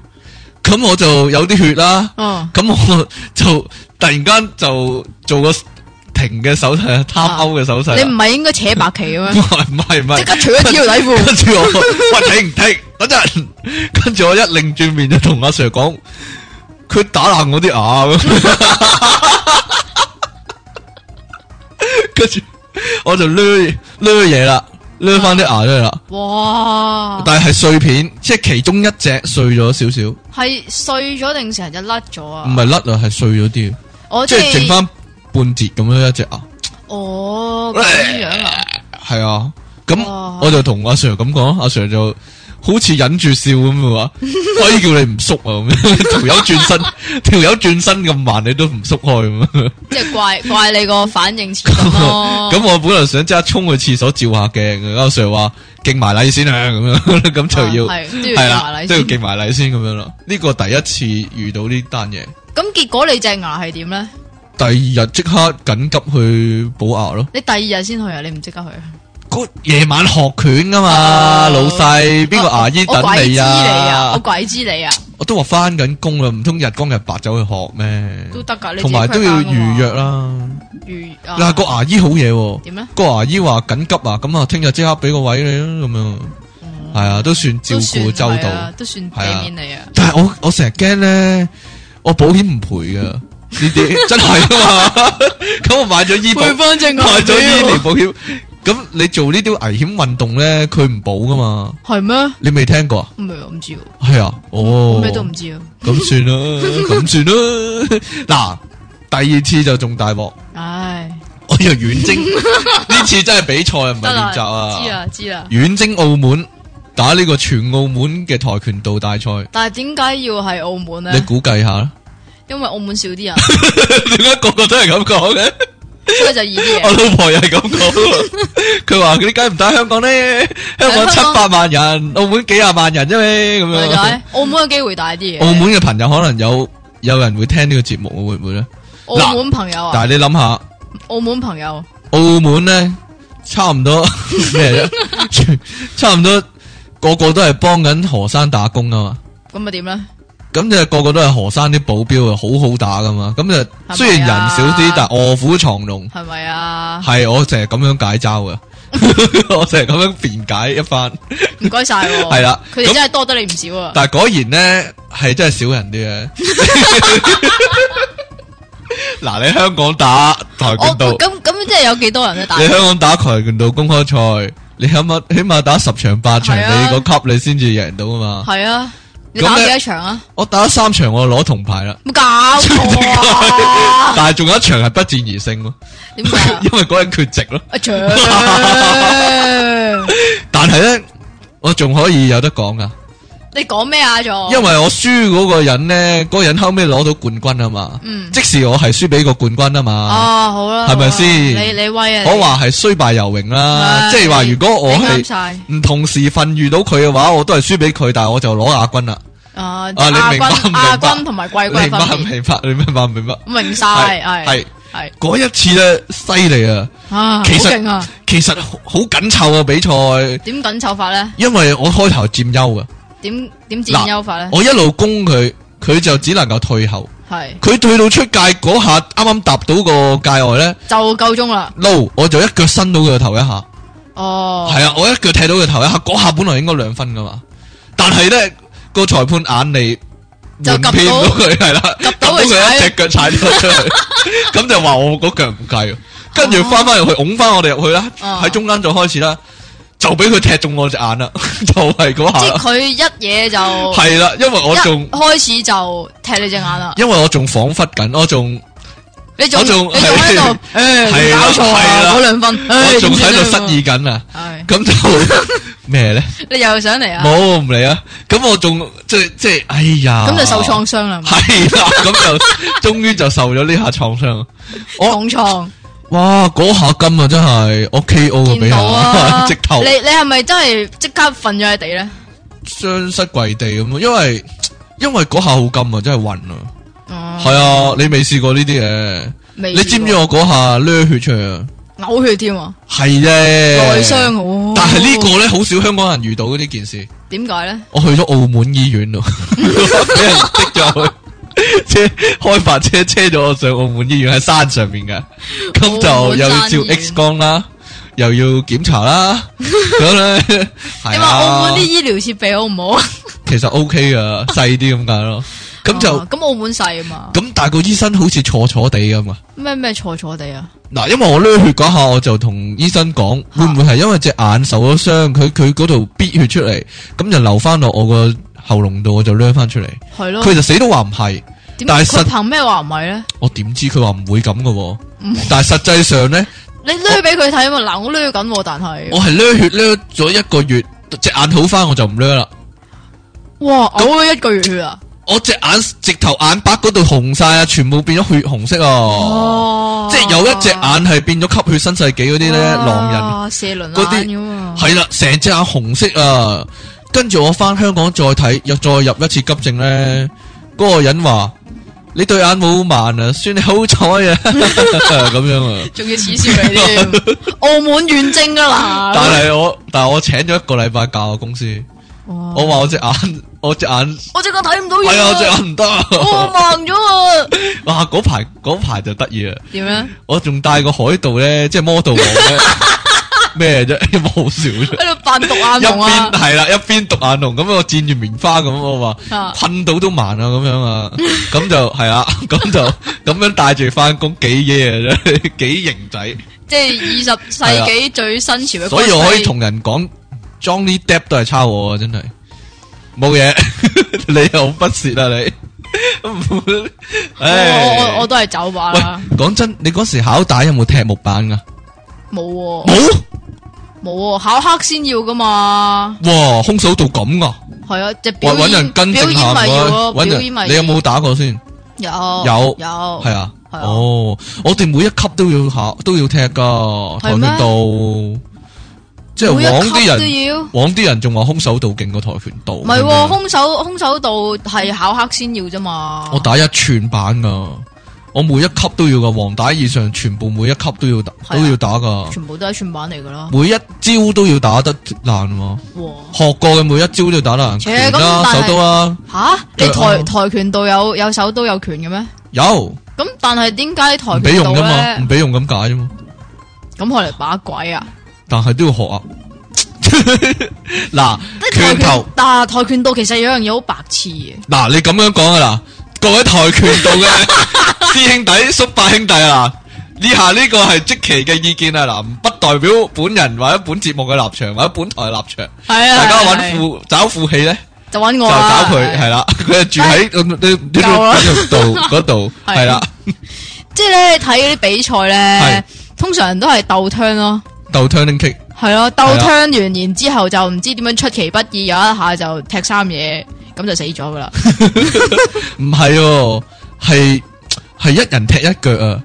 咁我就有啲血啦。
嗯，
咁我就突然間就做個停嘅手勢啊，貪勾嘅手勢啊。
你唔係應該扯白旗嘅
唔
咩？
係唔係唔
即刻
係，
除咗條底褲。
跟住我喂停停等陣，跟住我一擰轉面就同阿 Sir 講，佢打爛我啲牙咁，跟住我就掠掠嘢啦，掠翻啲牙出嚟啦，
哇，
但係係碎片，即係其中一隻碎咗少少，唔
係碎咗定成日甩咗啊？
係甩啊，係碎咗啲，
我
即
即
係剩
係
翻半截咁樣一隻牙，
哦咁樣啊，
啊係啊，咁咁
哇
我就同阿 Sir 咁講，阿 Sir 就好似忍住笑咁 話，鬼叫你唔縮啊咁樣， 條友轉身， 條友轉身咁慢，你都唔縮開咁樣。
即系怪怪你个反应迟钝咯。
咁我本來想即刻衝去廁所照下鏡，阿 Sir 話敬埋禮先啊，咁樣 咁就要
啊係都要
係
敬埋
啦，
禮
都要
先
敬埋禮先咁樣咯。呢個第一次遇到呢單嘢，
咁结果你只牙系点咧？
第二日即刻緊急去補牙咯。
你第二日先去啊？你唔即刻去啊？
嗰夜晚學拳噶嘛，
哦
老細邊個牙醫
我鬼
等
知
你
你啊！我
啊？
鬼知你啊！
我都話翻緊工啦，唔通日光日白走去學咩？
都得噶，你
同埋都要
啊
預約啦。
预
嗱，個牙醫好嘢喎，
点啊咧？
個牙醫話緊急啊，咁啊聽日即刻俾個位你啦，咁樣係啊，都算照顧周
嗯都算係
到
啊。都算
係啊
俾面你啊！
但係我我成日驚咧，我保險唔賠噶，呢啲真係噶 嘛。咁我買咗醫保，
翻 正
買咗醫療保險，咁你做呢啲危險運動咧，佢唔保噶嘛。
系咩？
你未聽過啊？
唔係我唔知喎，
系啊，
我
哦，
咩都唔知喎。啊
咁算 啦，咁算啦。 嗱，第二次就仲大鑊，
唉，
我又遠 征，呢次真係比賽唔係
得啦，
練習
知
啊！
啦知啦。
遠征澳門打呢個全澳門嘅跆拳道大賽，
但係點解要係澳門
你
咧？
估計下啦？
因為澳門少啲人，
點解個個都係咁講嘅？
所以就易啲
我
嘢。
老婆又係咁講， 佢話：你解唔打香港咧？香港七百萬人，澳門幾廿萬人啫咩？咁
咪就
樣
係，澳門嘅機會大啲嘅。
澳門嘅朋友可能有有人會聽呢個節目，會唔會咧？嗱
澳門朋友啊，
但係你諗下。
澳門朋友
澳门咧，差唔多 咩啫？ 全差唔多个个都系帮紧河山打工啊嘛。
咁啊點咧？
咁就个个都系河山啲保镖啊，好好打噶嘛。咁
啊
就虽然人少啲，但卧虎藏龙
係咪啊？
系我成日咁样解嘲噶， 我成日咁样辩解一番。
唔該晒喎。
係啦
佢哋
咁
真係多得你唔少啊。
但系果然咧，系真系少人啲嘅。 嗱，你香港打跆
我
拳道。
咁咁即係有幾多人咧？但
你香港打跆拳道公開賽，你起碼起碼打十場八場，
係啊
你個級你先至贏到啊嘛！
係啊，你
咁
打
咧
幾多場啊？
我打咗三場，我攞銅牌啦，
冇 搞錯啊！
但係仲有一場係不戰而勝咯，
點解 啊？
因為嗰日缺席咯。
阿長，
但係咧，我仲可以有得講噶，
哦你講咩啊？仲
因為我輸嗰個人咧，嗰個人後尾攞到冠軍啊嘛，
嗯
即使我係輸俾個冠軍啊嘛，
哦，好啦，
係咪
好啦
先
你你威啊！
我話係衰敗游泳啦，
係
即係話如果
你
我
你啱
係
晒
唔同時份遇到佢嘅話，我都係輸俾佢，但係我就攞亞軍啦。
啊，
啊你明白
亞軍
明白
亞軍同埋季軍
明
分
白
別，
明白，你明白唔明白？
明晒係
系
係
嗰一次咧，犀利啊！
啊，好
其實
勁啊！
其實好好緊湊啊比賽，
點緊湊法咧？
因為我開頭佔優啊，
點點佔
嗱
優法咧？
我一路攻佢，佢就只能夠退後。
係
佢退到出界嗰下，啱啱踏到個界外咧，
就夠鐘啦。
撈我就一腳伸到佢個頭一下，
哦，
係啊，我一腳踢到佢頭一下，嗰下本來應該兩分噶嘛，但係咧個裁判眼嚟。
就
就
及到
偏到佢係啦，及
到
到
佢
佢
踩
一隻腳踩咗出去， 咁就話我嗰腳唔計喎，跟住翻翻入去，拱翻我哋入去啦，
哦
喺中間再開始啦，就俾佢踢中我隻眼啦， 就係嗰
即
下
係
啦，
佢一嘢就
係啦，因為我
一哦
仲
開始就踢你隻眼啦。
因為我仲彷彿緊，我仲
你仲
我
你仲
仲
喺度
係，
诶，
係啦
搞錯
係
啊！
啦
嗰兩分，唉
我仲喺度
點算
失
咧
意緊啊，
係
咁 就咩咧？
你又想嚟啊？
冇我唔理啊，咁我仲即係即係，哎呀，
咁就受創傷啦，
係啦，咁 就終於就受咗呢下創傷。我
重創
哇！嗰下金啊，真係我 K.O. 啊，俾
見到啊！
下 直頭
你你係咪真係即刻瞓咗喺地咧？
雙膝跪地咁啊！因為因為嗰下好金啊，真係暈啊！
哦，
係啊，你未試過呢啲嘢，
你
你知唔知我嗰下掠血出去啊？
嘔血添啊？
係啫，內
內傷喎
但係呢個咧，好少香港人遇到呢件事。
點解咧？
我去咗澳門醫院咯， 俾人逼咗去。 車開白車車咗我上澳門醫院喺山上面嘅，咁
澳
就
門
又要
山醫
照
院
X 光啦，又要檢查啦， 咁咧
你
係
話澳門
啊
啲，醫療設備好唔好？啊
其實 OK 噶，細啲咁解咯。咁就
哦咁澳門細啊嘛，
咁，但係個醫生好似錯錯地噶嘛。
咩咩錯錯地啊？
嗱，因為我掠血嗰下，我就同醫生講，會唔會係因為隻眼受咗傷，佢佢嗰度逼血出嚟，咁就流翻落我個喉嚨度，我就掠翻出嚟。
係咯，
佢就死都話唔係。
點
但係
佢
實
憑咩話唔係咧？
我點知佢話唔會咁嘅喎？但係實際上呢，
你掠俾佢睇啊嘛？嗱，我掠緊喎，但係
我係掠血掠咗一個月，隻眼好翻我就唔掠啦。
哇，嘔咗一個月血啊！
我隻眼直頭眼白嗰度紅晒啊，全部變咗血紅色啊！
哦
即係有一隻眼係變咗吸血新世紀嗰啲咧狼人。
人射輪
嗰啲
眼咁啊！
系啦，成隻眼紅色啊！跟住我翻香港再睇，又再入一次急症咧，嗰、個人話：你對眼冇盲啊，算你好彩啊！ 咁樣啊，
仲要恥笑你 添，澳門遠征啊噶啦！
但係我但系我請咗一個禮拜假啊公司，
哇
我話我隻眼我隻眼
我隻眼睇唔到
係啊，我隻
嘢啊，
眼唔得啊！
我盲咗啊！
哇，嗰排嗰排就得意啊！
點咧？
我仲帶個海盜咧，即係 model 王咧，咩啫？ 有冇好笑啫？
喺度扮獨眼
一
龍啊
邊！係啦，一邊獨眼龍咁，我箭住棉花咁，我話。
啊
噴到都盲啊，咁樣 啊，咁就係啊，咁就咁樣帶住翻工，幾嘢啊，真係 幾型仔，
即係二十世紀最新潮嘅，
啊所以我可以同人講 Johnny Depp 都係抄我啊，真係冇嘢， 你又不屑啊 你，
我
唉
我啊我都係走吧
喂
啦，，
講真，你嗰時考帶有冇踢木板噶？
冇喎
冇，
冇喎，考黑先要噶嘛，
哇，空手道咁啊，
係啊，即係
喂，
表
搵人
演
跟
表
正下
演咪要咯，
搵
表演咪
人，你有冇打過先？
有
有
有
系啊，
係啊
哦，我哋每一級都要考，都要踢噶跆
係咩
拳道，即係
每一
往啲
級都
人，
要。
往啲人仲話空手道勁過跆拳道，
唔係喎，空手空手道係考黑先要啫嘛。
我打一寸板噶，我每一級都要噶，黃帶以上全部每一級都要打，
係啊
都要打噶，
全部都係串版嚟噶啦。
每一招都要打得爛喎，
哇！
學過嘅每一招都要打得爛，
切
拳
咁
啦、
但
手
係
刀啦，
吓，你
腳啊
跆跆拳道有有手都有拳嘅咩？
有
咁但係點解
唔
跆
俾
拳道
用噶嘛，
咧
唔？俾用咁解啫嘛。
咁我嚟把鬼啊！
但係都要學啊。 嗱，
即係
拳頭
跆。但係跆拳道其實有樣嘢好白痴嘅，
嗱，你咁樣講啊啦，各位跆拳道嘅 師兄弟、叔伯兄弟啊，嗱呢下呢個係即期嘅意見啊，嗱，唔不代表本人或者本節目嘅立場或者本台立場，
係啊，
大家
係
揾副找副氣咧
就揾
就
我
找
啦
佢係 啦，佢係住喺咁呢呢呢
哎夠啦
呢 度嗰度
係
係啦，
即係咧睇嗰啲比賽
係
咧，通常都係鬥 turn 咯，
鬥 turning kick
係咯，鬥
係啊
turn 完然之後就唔知點樣出其不意，有一下就踢三嘢，咁就死咗噶啦。
唔係喎，係係一人踢一腳啊，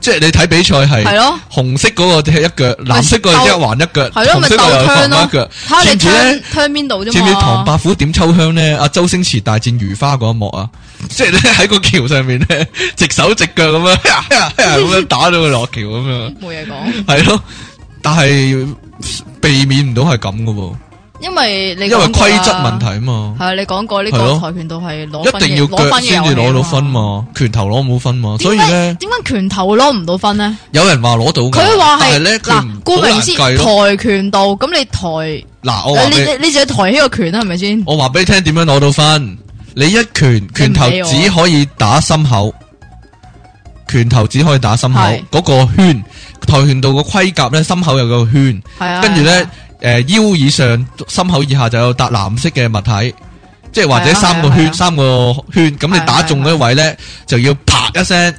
即係你睇比賽係
係咯，
紅色嗰個踢一腳，藍色嗰個一環一腳，
係咯，啊
紅
咪
色
鬥
嗰個又
turn
放
咯
一腳，，
睇下
知
你
唔知咧
turn turn 邊度啫
知唔知唐
嘛。
伯虎點秋香咧？阿周星馳大戰如花嗰一幕啊，即係咧喺個橋上面咧，直手直腳咁樣， 咁樣打到佢落橋咁樣，
冇嘢講，
係咯。但係避免唔到係咁噶喎，
因為你
因為規則問題
係
啊嘛，
啊，你講過呢
係咯
個跆拳道係攞
一
分嘅
定要
攞
腳
分嘅
先至
遊戲
攞到
啊
分。嘛，拳頭攞唔到分嘛，所以
點解
咧
點解拳頭攞唔到分呢？
有人話攞到㗎，
佢話
但係
係
咧佢唔
嗱，顧
好
名
難
思
計咯。
跆拳道，咁你抬
嗱，我話
你
俾你
你你就要抬起個拳啦，係咪先？
我話俾你聽點樣攞到分。你一拳拳頭
你唔俾我啊
只可以打心口，拳頭只可以打心口
係
嗰個圈。跆拳道個盔甲咧，心口有個圈，
係啊，
跟住
係
咧
啊，
诶腰以上、心口以下就有笪藍色嘅物體，即係或
係
者
啊
三個
係啊係
圈、
啊
三個圈。咁
係啊
你打中嗰位咧，就要啪一聲。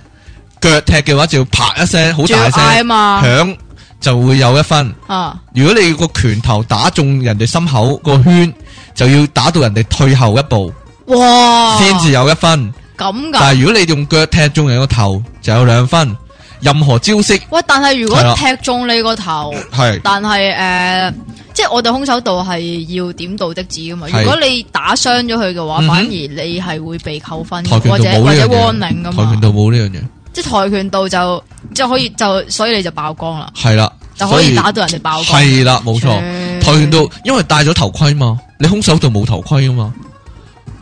腳踢嘅話就要啪一聲，好
仲要
大
嗌啊
聲
嘛，
響，就會有一分。
啊
如果你個拳頭打中人哋心口個圈，就要打到人哋退後一步，
哇，
先至有一分。
哦咁啊
但
噶。
係如果你用腳踢中人個頭，就有兩分。任何招式
喂，但係如果
係啦
踢中你個頭。
係
但係诶、呃即係我哋空手道係要點到即止噶嘛。
係
如果你打傷咗佢嘅話，
嗯哼
反而你係會被扣分
跆
嘅，
拳道
或者
冇
或
呢
者
樣
warning 啊
嘢，
噶
跆拳
嘛
道。冇呢樣嘢，
即係跆拳道就即係可以就，所以你就爆光啦，
係啦，
就可以
所
打到人哋爆光。
係啦，冇錯。
切
跆拳道因為戴咗頭盔嘛，你空手道冇頭盔啊嘛，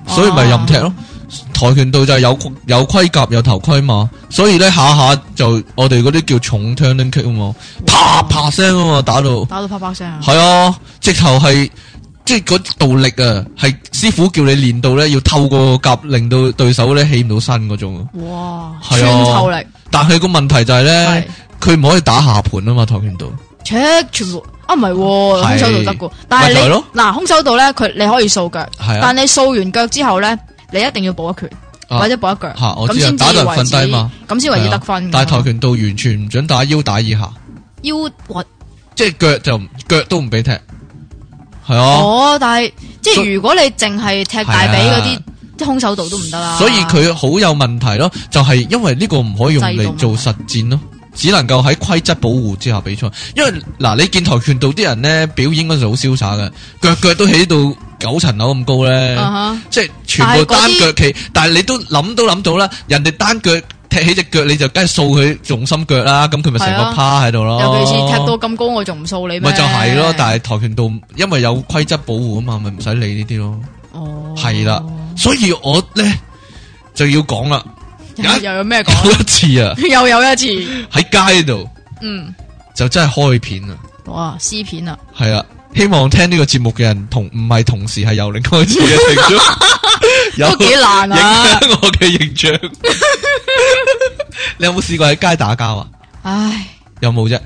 所以咪任踢咯。跆拳道就係有有盔甲有頭盔嘛，所以咧下下就我哋嗰啲叫重 turning kick 啊嘛，啪啪聲啊嘛，打到。
打到啪啪聲啊！
系啊，直头系即系嗰道力啊，系师傅叫你练到咧，要透过甲令到对手咧起唔到身嗰种。
哇，
係啊
穿透力
但系个问题就系
係
咧，佢唔可以打下盤啊嘛，跆拳道。
切全部啊唔係喎，空
係
手道得噶，但係
咪就係
你
咯
嗱空手道咧，佢你可以掃腳，
係啊
但你掃完腳之後咧，你一定要補一拳
啊
或者補一腳，
嚇我
咁
知啊
先至
打到人
為
瞓低
止
嘛，
咁先為
係
止
啊
得分㗎嘛。
但系跆拳道完全唔准打腰打以下，
腰屈
即系脚就唔脚都唔俾踢，系啊，
哦，但系即
所
系如果你净系踢大髀
係啊
嗰啲，即係空手道都唔得啦。
所以佢好有問題咯，就係因為呢個唔可以用嚟做實戰咯，只能夠喺規則保護之下比賽。因為嗱，你見跆拳道啲人咧表演嗰陣時好瀟灑嘅，腳腳都起到九層樓咁高咧。
啊
即系全部單腳企，但係你都諗都諗到啦，人哋單腳踢起只腳，你就梗係掃佢重心腳啦，咁佢咪成
係啊
個趴喺度
哈
咯。
尤其是踢到咁高，我仲唔掃你咩？
哦咪就係咯，但係跆拳道因為有規則保護啊嘛，咪唔使理呢啲咯。
哦，
係啦，所以我咧就要講啦，
又又有咩講？
有一次啊
又有一次，
喺街度
嗯，
就真係開片啊，
哇，撕片啊！
係啊。希望聽呢個節目嘅人同唔係同時係由零開始嘅聽 眾，有
都幾難
影
啊！
響我嘅形 象。你有冇試過喺街打交啊？
唉，
有冇啫？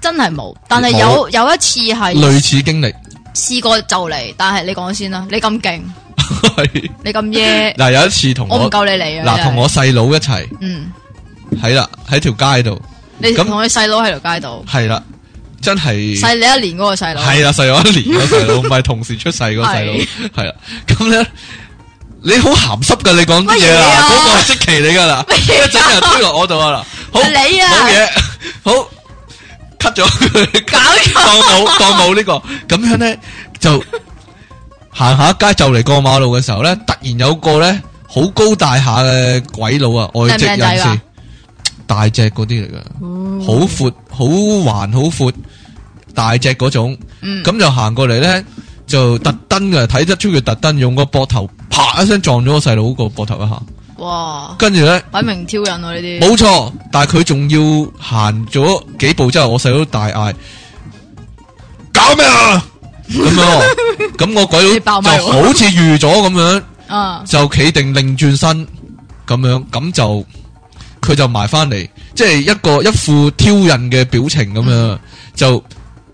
真係冇，但係有有一次係
類似經 歷
試過就嚟，但係你講先啦，你咁勁，
係
你咁耶，
嗱，有一次 同
我唔
我
夠你嚟啊！
嗱同我細佬一齊
真係嗯，
係啦，喺條街度
你
咁
同你細佬喺條街度，
係啦，真係
細你一年嗰個細佬，
係啦，細佬一年嗰 個細佬，唔係同時出世嗰個細佬
係
係啦。咁咧，你好鹹濕噶，你講啲嘢
乜嘢
啦，
啊
嗰個係即期你 噶啦，一陣又推落我度啊啦，好
係你啊
好嘢，好 cut 咗佢。
搞 錯
当冇当冇呢、個，咁樣咧就行下街就嚟過馬路嘅時候咧，突然有個咧好高大下嘅鬼佬啊，外籍
靚唔靚仔
人士
㗎，
大隻嗰啲嚟噶，好闊好橫好闊，大隻嗰種，咁、
嗯
就行過嚟咧。就特登嘅，睇得出佢特登用個膊頭啪一聲撞咗我細佬個膊頭一下，
哇！
跟住咧
擺明挑人喎呢啲，
冇錯，但係佢仲要行咗幾步之後，我細佬大嗌：搞咩啊？咁樣喎， 咁我鬼
你爆
佬就
咪喎
好似預咗咁樣，
啊，
就企定擰轉身咁樣，咁就佢就埋翻嚟，即係一個一副挑釁嘅表情咁樣，就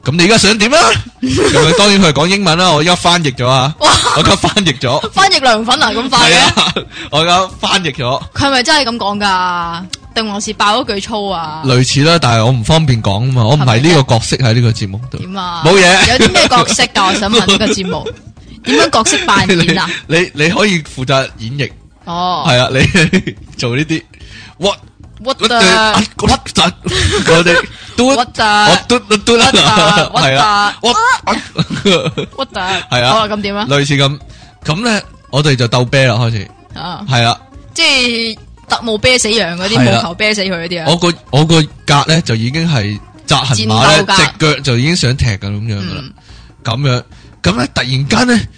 咁你而家想點啊？咁樣當然佢係講英文啦，我而家翻譯咗啊，我而家翻譯咗，
翻譯涼粉啊咁快
係
嘅，
啊，我而家翻譯咗。
佢係咪真係咁講㗎？定還是爆咗句粗啊？
類似啦，但係我唔方便講啊嘛，我唔係呢個角色喺呢個節目度。
點啊？
冇嘢
有啲咩角色㗎？我想問呢個節 目點樣角色扮演啊？
你你你可以負責演繹，
哦
係啊，你 做呢啲 what
，what
what
the
the- what the- 我哋 do
what the
我 do do do 啦
what the- what the-
係啊，what
what the
係啊
好啦，咁點 啊？
類似咁咁咧，我哋就鬥啤啦，開始
啊，
係啦。
即係特務啤死羊嗰啲，
係啦
冇球啤死佢嗰啲
我
啊？
個我個格咧就已經係扎痕馬咧，
戰鬥
只腳就已經想踢㗎咁樣噶啦
嗯，
咁樣咁咧突然間咧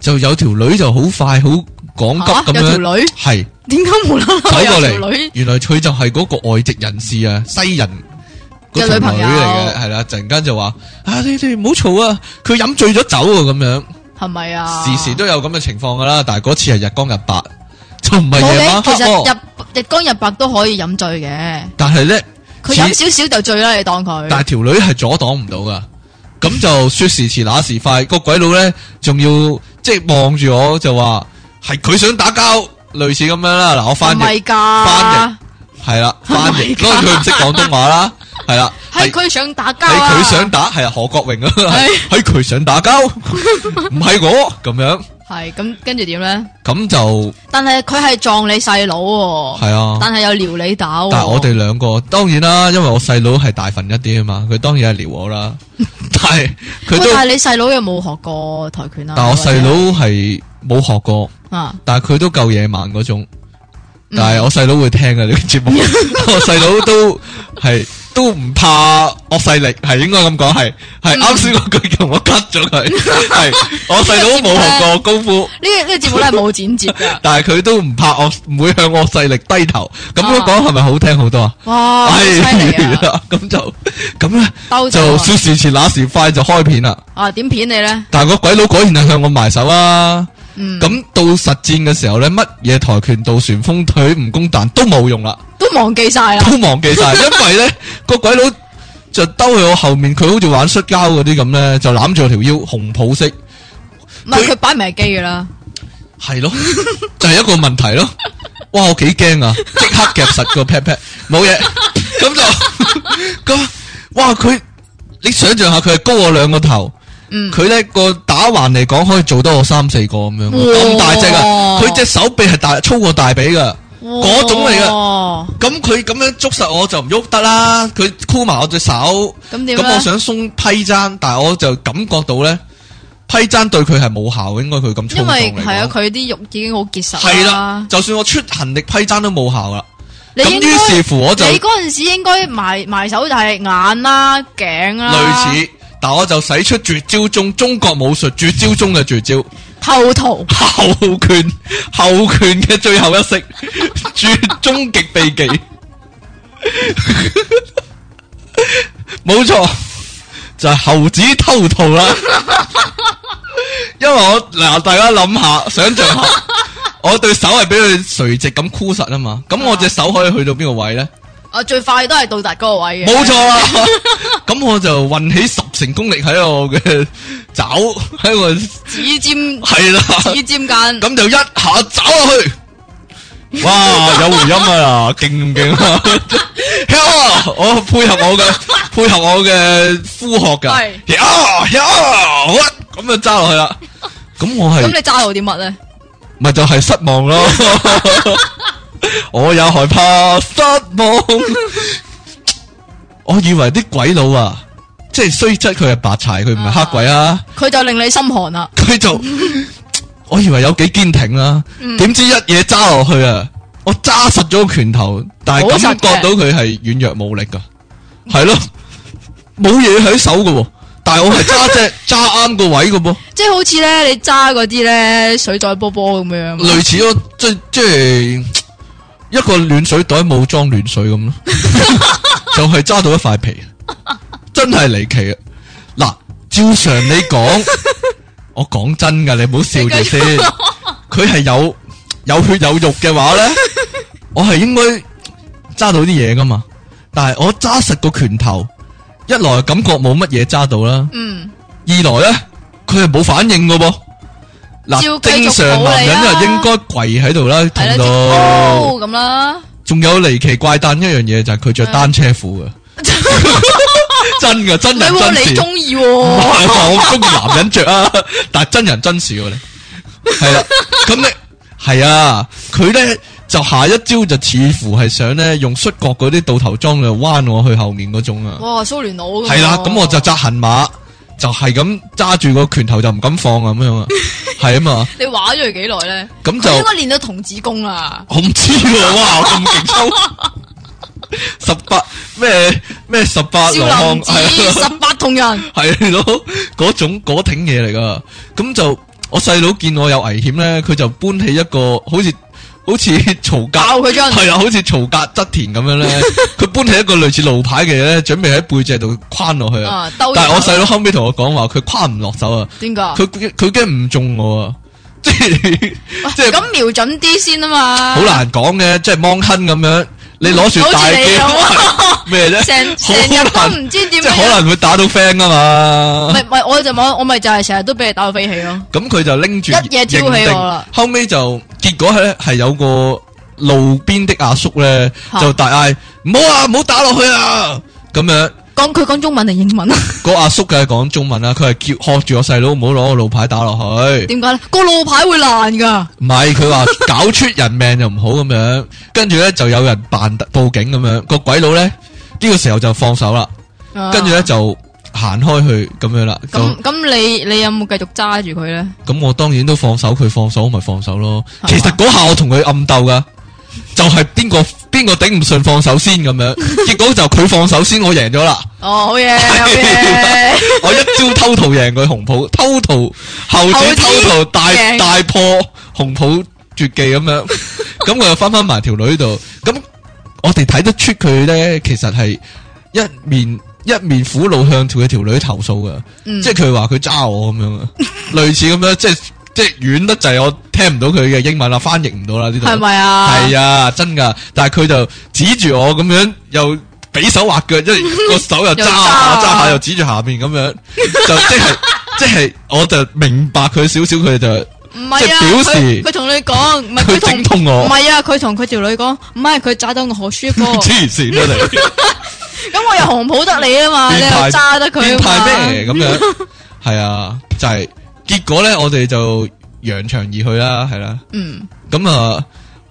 就有條女就好快好趕
嚇
急咁樣，
有條女
係
點解無啦
走
啦
過
有條
嚟
女，？
原來佢就係嗰個外籍人士啊，西人。嗰
嘅
條
女朋
女
友
嚟嘅，係啦，突然間就話：啊，你哋唔好嘈啊！佢飲醉咗酒啊，咁樣，
係咪啊？
時時都有咁嘅情況噶啦。但係嗰次係日光日白，就唔係
冇
夜晚
嘅，
黑
其
喎。
實日日光日白都可以飲醉嘅，
但係咧，
佢
似
飲少少就醉啦，你當佢。
但係條女係阻擋唔到噶，咁就说時遲那時快，個鬼佬咧仲要即係望住我就話係佢想打交，類似咁樣啦。嗱，我翻
唔
譯
係㗎，
翻係 啦，翻譯，
Oh my
當然佢唔識廣東話 啦，係啦，
係佢想打交
係
啊！
佢想打，係啊何國榮啊，係
係
係佢想打交，唔係我咁樣，
係咁，跟住點咧？
咁就
但係佢係撞你細佬喎，
係啊。
但係又撩你打喎。
但系我哋兩個當然啦，因為我細佬係大份一啲啊嘛，佢當然係撩我啦，但係佢
喂，
都，
但係你細佬有冇學過跆拳啊？
但我細佬係冇學過。
佬啊，
但系佢都夠野蠻嗰種，
嗯
但係我細佬會聽啊嘅呢個節目， 我細佬都係都唔怕惡勢力，係應該咁講，係係啱先嗰句同我 cut 咗佢，係我細佬冇學過功夫，。
呢個呢個節目咧係冇剪接㗎
但係佢都唔怕惡，唔會向惡勢力低頭。咁樣講係咪好聽好多啊？
哇，哦好犀利
係
啊！
啦，咁就咁咧，
兜
就
咗
說時遲那時快就開片啦。
啊！點片你咧？
但係個鬼佬果然係向我埋手啊！
嗯，
咁到實戰嘅時候咧，乜嘢跆拳道、旋風腿、蜈蚣彈都冇用啦，
都忘記晒啊啦。
都忘記 晒，因為咧個鬼佬就兜去我後面，佢好似玩摔跤嗰啲咁咧，就攬住我條腰，紅抱式，
唔係
佢
佢擺明係機㗎啦。
係咯， 就係一個問題咯。 哇，我幾驚啊！即刻夾實個 pat pat，冇嘢，咁就 噶，哇！佢你想象下，佢系高我兩個頭，
嗯，
佢呢個打橫嚟講可以做多我三四個咁樣，
哇
咁大隻啊！佢隻手臂係大粗過大髀噶，嗰種嚟
噶。
咁佢咁樣捉實我就唔喐得啦，佢箍埋我隻手。
咁點啊
咁
咧
我？想鬆批踭，但系我就感覺到咧，批踭對佢係冇效嘅，應該佢咁
因
衝動
為
嚟
係啊，
講。
佢啲肉已經好結實啊
係啦，，就算我出勤力批踭都冇效啦。
你
咁
應該
於是乎我就
你嗰阵时应该埋埋手就係眼啦、頸啦，
類似，但我就使出絕招中中國武術絕招中嘅絕招，
透圖。
後拳後拳嘅最後一式， 絕終極秘技。 冇錯，就係猴子偷桃啦。 因為我嗱，大家諗下，想象下，我對手係俾佢垂直咁箍實啊嘛，咁我隻手可以去到邊個位咧？
啊，最快都係到達嗰個位嘅。
冇錯啦， 咁我就運起十成功力喺我嘅 爪，喺 我
指尖
係 啦，
指尖間。
咁就一下爪落 去，哇，有回音啊，勁唔勁 啊？呀我配合我嘅配合我嘅呼喝噶，
係
呀呀，好啊咁就揸落去啦。咁我
咁
係
你揸到啲乜咧？
咪就係失望 咯？我有害怕失望。我以為啲鬼佬啊，即係雖則佢係白柴，佢唔係黑鬼啊，
佢就令你心寒啦。
佢就我以為有幾堅挺啦、
嗯
點、知一嘢揸落去啊！我揸實咗個拳頭，但係
好實
感
嘅
覺到佢係軟弱無力噶，係咯，冇嘢喺手噶喎，但係我係揸 只揸啱個位噶噃。
即係好似咧，你揸嗰啲咧水袋波波咁樣，
类似咯，即即系一个暖水袋冇装暖水咁 咯，就系揸到一块皮，真系离奇啊！嗱，照常你 讲，我讲真噶，你唔好笑住先。佢系有有血有肉嘅话咧，我系应该揸到啲嘢噶嘛，但系我揸实个拳头，一来感觉冇乜嘢揸到啦，
嗯，
二來咧，佢係冇反應噶噃。
照
嗱，
繼續
正常男人啊
抱你啊
應該跪喺度啦，痛
係啦，即係
到。
哦咁啦，
仲有離奇怪誕一樣嘢就係佢着單車 褲噶，真噶真
唔係
人啊真
喎，
事
你。中意
唔
喎，
係我中意男人着啊， 但係真人真事喎你。係啦，咁咧係啊，佢咧就下一招就似乎係想咧用摔角嗰啲倒頭裝嚟彎我去後面嗰種啊。
哇，蘇聯佬咁喎
系啦，咁我就扎行馬，就係咁揸住個拳頭就唔敢放咁樣 啊，係啊嘛，
你玩咗佢幾耐咧？
咁
佢應
就
該練到童子功啊啦，
我唔知 喎，哇，咁勁抽，十八咩咩十八羅
少
漢
林寺
係啊
十八 銅人，
係咯，嗰種嗰挺嘢嚟噶，咁就我細佬見我有危險咧，佢就搬起一個好似好似曹格
教佢張
係啊，好似曹格側田咁樣咧，佢搬起一個類似路牌嘅嘢咧，準備喺背脊度框落去啊。
啊，兜
但系我
人
細佬後尾同我講話，佢跨唔落手啊，
點解？
佢佢佢惊唔中我啊， 即係即係
咁瞄準啲先啊嘛，
好，難講嘅，即係芒坑咁樣，你攞住大
好
機咩啫？
啊 成
好
成日都
難
唔知
即
點
係
樣
可能會打到 friend 啊嘛。
咪咪我就冇，我咪就係成日都俾你打到飛起咯。
咁佢就拎住
一嘢挑起我啦
認定後尾就結果咧係有個路邊的阿叔咧
嚇
就大嗌唔好啊，唔好打落去啊！咁樣。
講佢講中文定英 文啊？
個阿叔梗係講中文啦，佢係叫喝住我細佬唔好攞個路牌打落去。
點解咧？個路牌會爛㗎。
唔係，佢 話搞出人命就唔好咁樣，跟住咧就有人扮報警咁樣，個鬼佬咧呢、呢個時候就放手啦，
啊
跟住咧就行開去咁樣啦。就
咁咁你你有冇繼續揸住佢咧？
咁我當然都放手，佢放手我咪放手咯。
係嘛
其實嗰下我同佢暗鬥噶，就係邊個邊個頂唔順放手先咁樣，結果就佢放手先，我贏咗啦。
哦，好嘢，好嘢，
我一招偷桃贏佢紅袍，偷桃猴
猴
子
子
偷桃大
贏
大破紅袍絕技咁樣，咁我又翻翻埋條女度，咁我哋睇得出佢咧，其實係一面一面苦惱向佢條女投訴噶，
嗯
即係佢話佢揸我咁樣啊，類似咁樣，即係即係遠得滯，我聽唔到佢嘅英文啦，翻譯唔到啦 呢度。
係咪啊？
系啊，真噶，但系佢就指住我咁样，又比手画脚，即系 个手又揸下
又揸
揸下，又指住下面咁样，就即 系即系，我就明白佢少少，佢就
唔係啊，
即係表示
佢佢同你講，唔係
佢
佢
整
同
痛
唔
我，
係啊，佢同佢條女講，唔係佢揸到我好舒服，
黐线啦你，
咁我又紅抱得你 啊嘛，你
變
又
態
揸得 佢
变
啊嘛。
态咩咁样？系啊，就系、结果咧，我哋就扬长而去啦，系啦。
嗯，
咁啊，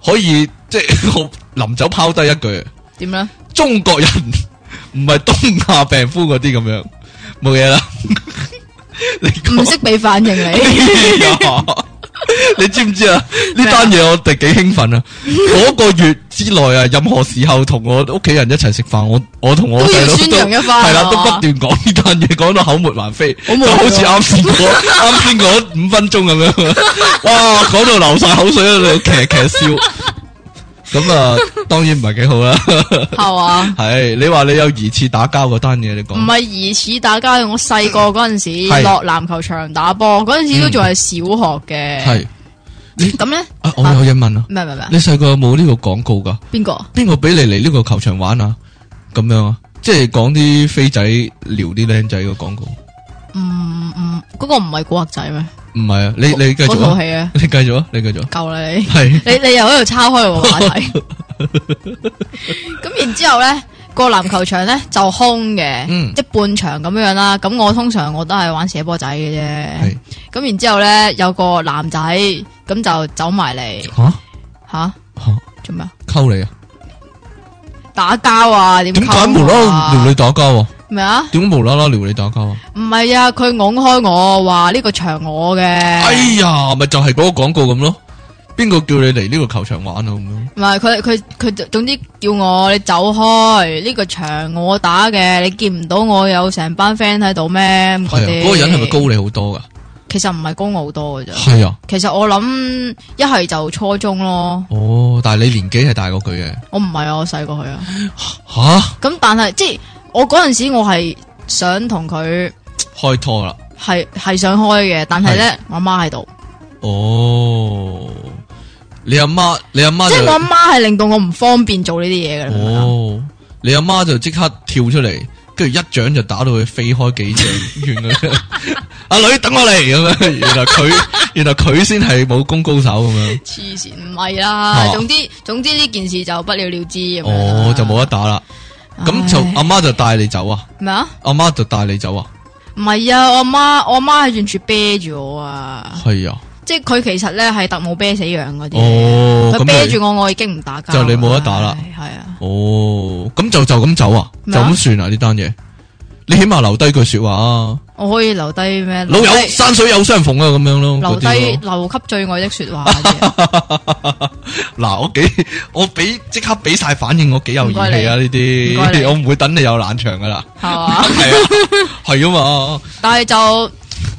可以即系 我临走抛低一句：
點咧？
中國人 唔係東亞病夫嗰啲咁樣，冇嘢啦。 你
唔
講
識俾反應你。
啲啊你知唔知啊？呢單嘢我哋幾興奮啊！嗰個月之內啊，任何時候同我屋企人一齊食飯，我我同我
都要
細佬
宣揚一番
係啦，
係嘛
都不斷講呢單嘢，講到口沫橫飛，
好無
就
聊啊
好似啱先嗰啱先嗰五分鐘咁樣。哇，講到流晒口水喺度，騎騎笑。咁啊，當然唔係幾好啦。
係嘛？
系你话你有疑似打交嗰单嘢，你
唔
讲
係疑似打交，我細個嗰阵
係嗯
时落籃球場打波，嗰阵时都仲係小學嘅。
系
咁咧，
啊？我有嘢问啊，
唔係唔係唔係，
你细个有冇呢个广告噶？
邊個？
边个俾你嚟呢个球场玩啊？咁样啊？即系讲啲飞仔撩啲僆仔嘅广告，唔
唔唔，嗯嗰個唔係古惑仔咩？
系啊？你你继
嗰
续
套
啊？
戲啊，
你继续啊？你继续啊？
夠啦你。
系
你你又喺度抄開我個話題， 咁然之后咧個籃球場咧就空嘅，
嗯
即係半場咁樣啦。咁我通常我都係玩射波仔嘅啫
係。
咁然之后咧有個男仔咁就走埋嚟
吓
吓
吓
做咩啊？
沟你啊？
打交啊？點
点解
溝
无啦
我
啦
啊
撩你打交啊？
咩啊？
点解无啦啦撩你打交啊？
唔係啊，佢拱開我話呢個場我嘅，
哎呀，咪就系嗰个广告咁咯。边个叫你嚟呢个球场玩啊？咁样
唔係佢佢佢總之叫我你走開呢個場我打嘅，你見唔到我有成班 friend 喺度咩？
系
嗰
啊？
啲
嗰个人系咪高你好多噶？
其實唔係高傲多嘅啫。
系啊。
其實我諗一係就初中咯，
哦，但系你年紀係大過佢嘅，
我唔係啊，我細過佢啊。
吓
咁但係即係我嗰阵时我係想同佢
開拖啦，
係系想開嘅，但係咧我阿媽喺度，
哦，你阿媽，啊你阿媽
即係
就
我阿媽係令到我唔方便做呢啲嘢嘅你明唔明啊。
哦，你阿媽就即刻跳出嚟，跟住一掌就打到佢飛開幾尺 遠嘅，阿女等我嚟咁樣，原來佢原來佢先係武功高手咁樣，
黐線唔係啦，
嚇
總之總之呢件事就不了了之咁樣啦
啊哦就冇得打啦，咁就
啊唉
阿媽就帶你走啊，
咩啊？
阿媽就帶你走啊，
唔係啊，我阿媽我阿媽係完全啤住我啊，
係啊，
即係佢其實咧係特務啤死樣嗰啲。
哦，
佢
咁
啤
你
住我，我已經唔打交。
就你冇得打啦。
係啊，
哦，咁就就咁走啊，就
咩啊
咁算啦呢單嘢。你起碼留低句说話啊，
我可以留低咩？
老
留
友
低
山水有相逢啊，咁樣咯。嗰
留低
啲咯
留給最愛的说話嗰 啲啊。
嗱，我幾我俾即刻俾晒反應，我幾有義氣啊
唔該
呢
唔該你
啲，我唔會等你有冷場噶啦。
係
係
嘛？
啊，係啊嘛，
但係就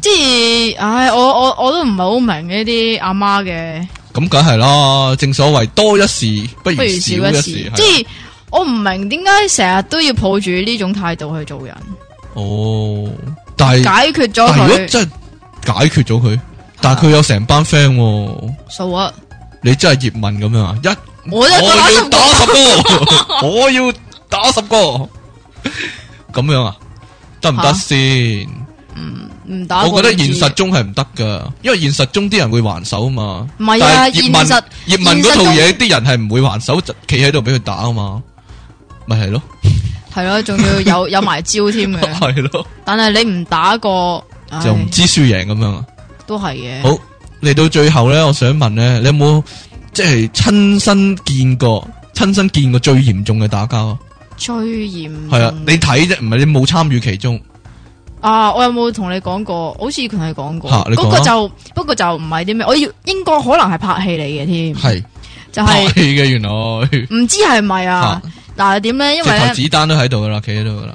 即係，唉，我我我都唔係好明呢啲阿媽嘅，
咁梗係啦。正所謂多一事不如
不如
少
少
一
一
事
事。，
係啊
即係我唔明點解成日都要抱住呢種態度去做人，
哦，但係
解決
但
咗
係如果
佢
真係解決咗佢，但係佢有成班 friend 喎。
數啊！
你真係葉問咁樣啊？一
我都
我要打
覺得
十個， 我要打十個，咁樣啊？得唔得
嚇
先？
唔打過
我
唔知。
覺得現實中係唔得噶，因為現實中啲人會還手啊嘛。
唔係啊
但係葉
現
問
實
葉問嗰
現實
套
中
嘢，啲人係唔會還手，就企喺度俾佢打啊嘛。咪係咯，
係咯，仲 要有有埋招添嘅。
係咯，
但係你唔打過，啊唉
就唔知輸贏咁樣啊。
都係嘅。
好嚟到最後咧，我想問咧，你有冇即係親身見過、親身見過最嚴重嘅打交啊？
最嚴
係啊
重，
你睇啫，唔係你冇參與其中。
啊！我有冇同你講過？好似佢同你講過，
嚇你講
嗰
啊
個就不過就唔係啲咩，我要應該可能係拍戲嚟嘅添，
係。
就
拍
係
戲嘅原來，
唔知係咪啊？嗱點咧？因
直
為
頭子
咧
彈都喺度噶啦，企喺度噶啦，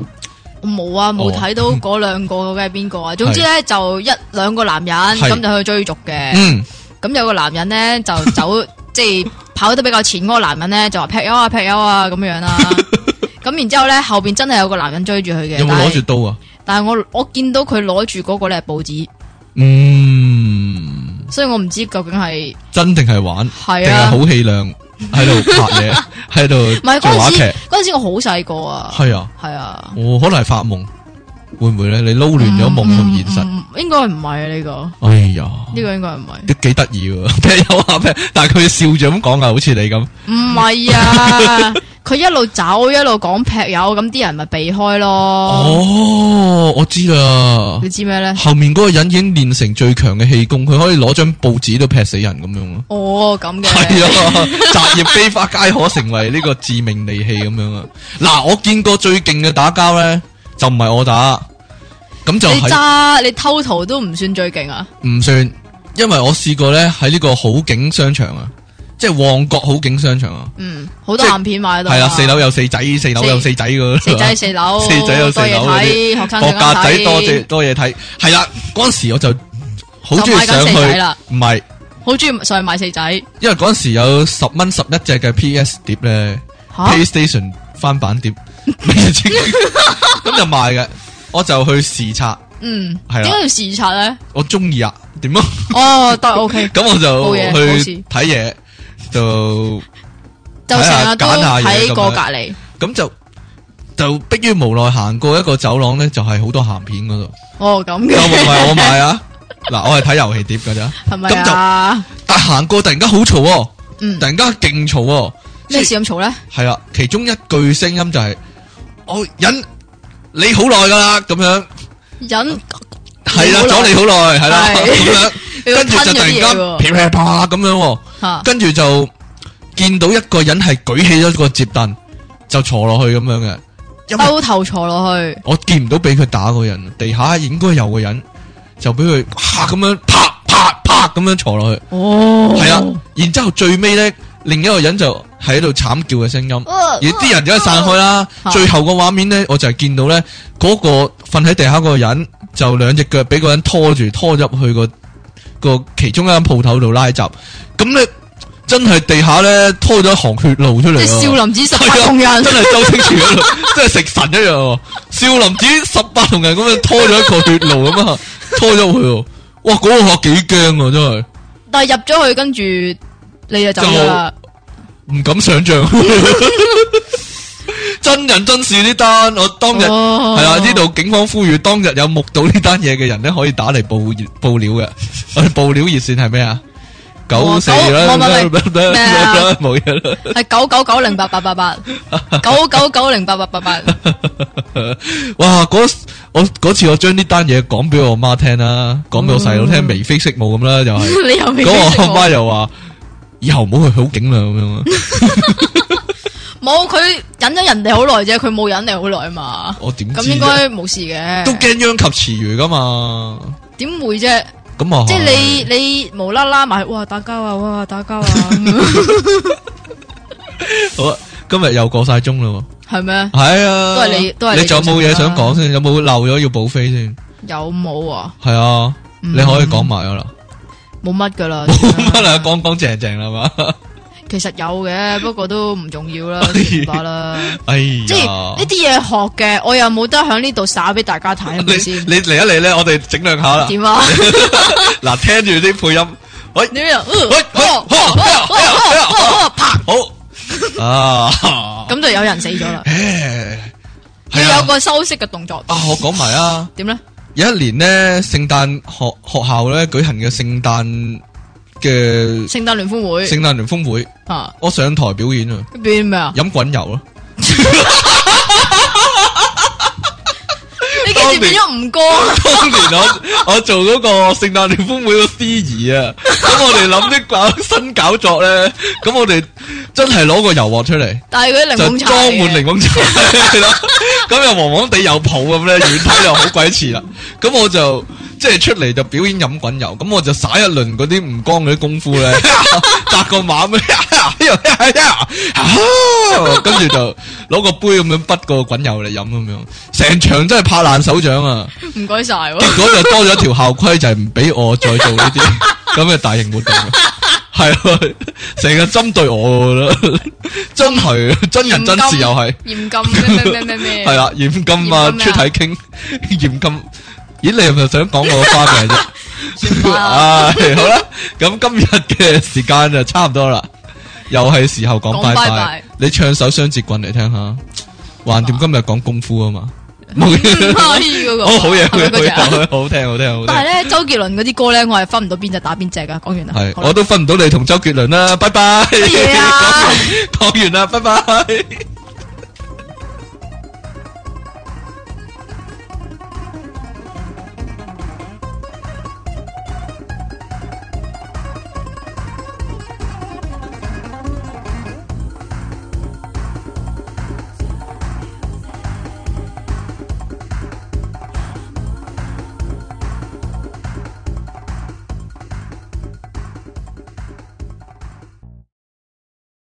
我冇啊，冇
哦
睇到嗰兩個究竟係邊個啊？總之咧就一兩個男人
係
咁就去追逐嘅，
嗯，
咁有個男人咧就 走，即係跑得比較前嗰個男人咧就話劈友啊劈友啊咁 樣啦。咁然之後咧，後邊真係有個男人追住佢嘅，
有冇
但
攞住
係
刀啊？
但係我我見到佢攞住嗰個咧係報紙，
嗯，
所以我唔知究竟係
真定係玩，定
係
係
啊。
好氣量喺 度拍嘢，喺
唔
度
係
做話
嗰
劇，
陣時，嗰陣時我好細個啊，
係啊，
係啊，
我可能係發夢，會唔會咧？你撈亂咗夢同現實，
嗯，嗯應該唔係啊呢個，
哎呀，
呢個應該唔係，
都幾得 意喎，咩有下咩？但係佢笑住咁講啊，好似你咁，
唔係啊，佢一路走一路講劈友，咁啲人咪避開咯。
哦，我知啦
你。知咩咧？
后面嗰个人已经练成最强嘅气功，佢可以攞张报纸都劈死人咁样咯。
哦，咁
系
嘅，
啊，择业非法皆可成为呢个致命利器咁样啊！嗱，我见过最劲嘅打交咧，就唔系我打，咁就
你
係
揸你偷圖都唔算最勁啊！
唔算，因为我试过咧喺呢个好景商场啊，即系旺角好景商场啊，
嗯，好多
即係
鹹片買到
系
啊。
啦，四楼有四仔，四楼有四仔噶，
四仔四樓，
四仔有四
多嘢
樓嗰
睇，學生
各格仔
睇
多謝多嘢睇，系啦，嗰阵时我就好中意
就買緊
上去，
四仔啦
唔系。
好中意上去買四仔。
因为嗰阵时有十蚊十一只嘅 PS 碟咧、
吓
p l a y s t a t i o n 翻版碟， 咁就卖嘅。我就去視察，
嗯，
係啦啊
點解要視察咧？
我中意啊，點啊？
哦，得 OK，
咁我就
冇嘢冇事
去睇嘢，就
就成日都
睇下揀下嘢咁樣
睇過隔離。
咁就就迫於無奈行過一個走廊咧，就係好多鹹片 嗰度。
哦，咁
又唔
嘅
係我買啊，嗱，我係睇遊戲碟㗎咋。
係咪啊？
但行過突然間好嘈喎，
嗯
突，然間勁嘈喎。
咩事咁嘈咧？
系啦，其中一句聲音就係我忍你好耐噶啦，咁樣
忍
係啦，
你好耐
阻你好耐，係啦，
係
咁樣
你要
跟住就突
吞咗
然
啲嘢
間
喎啊
噼噼啪咁樣喎，
嚇。
跟住就見到一個人係舉起咗個接凳就坐落去咁啊樣嘅，因為
兜頭坐落去，
我見唔到俾佢打嗰人，地下應該有個人就俾佢啪咁樣啪啪啪咁樣坐落去，
哦
係啊啦，然之後最尾咧另一個人就喺度慘叫嘅聲音。
哦
而啲人就一散開啦
啊。
最後個畫面呢，我就係見到呢嗰個瞓喺地下嗰個人，就兩隻腳俾個人拖住，拖入去個個其中一間鋪頭度拉閘。咁呢，真係地下呢，拖咗一行血路出嚟
即
喎。
係少林寺十
係
八
啊
銅人
真，係周星馳嗰度，真係食神一樣喎。少林寺十八銅人咁樣拖咗一個血路咁啊，拖咗入去喎。哇！嗰、個客幾驚喎，真係
但係入咗去跟住你就走咗啦。
唔敢想 象。真人真事呢單，我當日
哦
系啦，呢度警方呼籲當日有目睹呢單嘢嘅人咧，可以打嚟報熱報料嘅。 我哋報料熱線係咩啊？九
哦
四
九
啦，
唔係唔 係咩啊
冇嘢啦。
係九九九零八八 八八，九九九零八八八八，
哇！嗰我嗰次我將呢單嘢講俾我媽聽啦，講俾我細佬
嗯
聽，眉飛色舞咁啦，又 係。
你又未
咁
識
我
我
阿媽又話：以後唔好去好景啦，咁樣啊。
冇佢忍咗人哋好耐啫，佢冇忍你好耐嘛。
我點
咁
知啫？
應該冇事嘅。
都驚殃及池魚噶嘛？
點會啫？
咁啊，
即係你你無啦啦埋，哇打交啊，哇打交啊， 咁樣
好啊！今日又過晒鐘啦喎。
係咩？
系啊，
都係你都係你
你仲有冇嘢想講先？有冇漏咗要補飛先？
有冇啊？
係啊，
嗯
你可以講埋噶啦，
冇乜噶啦，
冇乜啦，乾乾淨淨啦嘛。
其實有嘅，不過都唔重要 啦，算吧啦。
哎
即係呢
呀，
啲嘢學嘅，我又冇得喺呢度耍俾大家睇，係
你
咪先？
你嚟一嚟咧，我哋整兩下啦。
點啊？
嗱，聽住啲配音，喂
你呃哦又
喂喂，
啪，
好啊，
咁就有人死咗啦。
唉係
要有
啊，
個收息嘅動作，
啊，我講埋啊。
點咧？
有一年咧，聖誕學學校咧舉行嘅聖誕嘅
聖誕聯歡會
聖誕聯歡會，
啊，
我上台表演啊，
跟住咩啊？
飲滾油咯。
你幾時變咗吳哥？
当年我 我做嗰个圣诞联欢会个司仪啊，咁我哋谂啲搞新搞作咧，咁我哋真系攞个油镬出嚟，
但係嗰啲檸
就
檬茶
装
嚟嘅
满柠檬茶係啦，咁又黃黃地又泡咁咧，遠睇又好鬼似啦。咁我就即係出嚟就表演飲滾油，咁我就耍一輪嗰啲吳江嗰啲功夫咧，搭個馬哎咩，啊跟住就攞個杯咁樣滗個滾油嚟飲咁樣，成場真係拍爛手掌啊！
唔該晒喎。
結果就多咗一條校規，就係唔俾我再做呢啲咁嘅大型活動。係啊，成日針對我啦，真係真人真事又係。
嚴禁咩咩咩咩 咩，
系啦，严禁啊，
嚴禁咩啊
出體傾，嚴禁。咦，你係咪想講我花名啫？
算啦，
唉，好啦，咁今日嘅時間就差唔多啦，又係時候講
講
拜
拜
拜
拜。
你唱首雙節棍嚟聽下，橫掂今日講功夫啊嘛，冇
唔
嘢。
可以嗰個
哦，好嘢，好
係咪嗰隻
嘢，
啊
好嘢，好聽，好聽，好
但
聽。
係咧，周杰倫嗰啲歌咧，我係分唔到邊隻打邊隻噶。講完啦，
係，
好 啦
我都分唔到你同周杰倫啦，拜拜。
乜嘢啊？
講完啦，拜拜。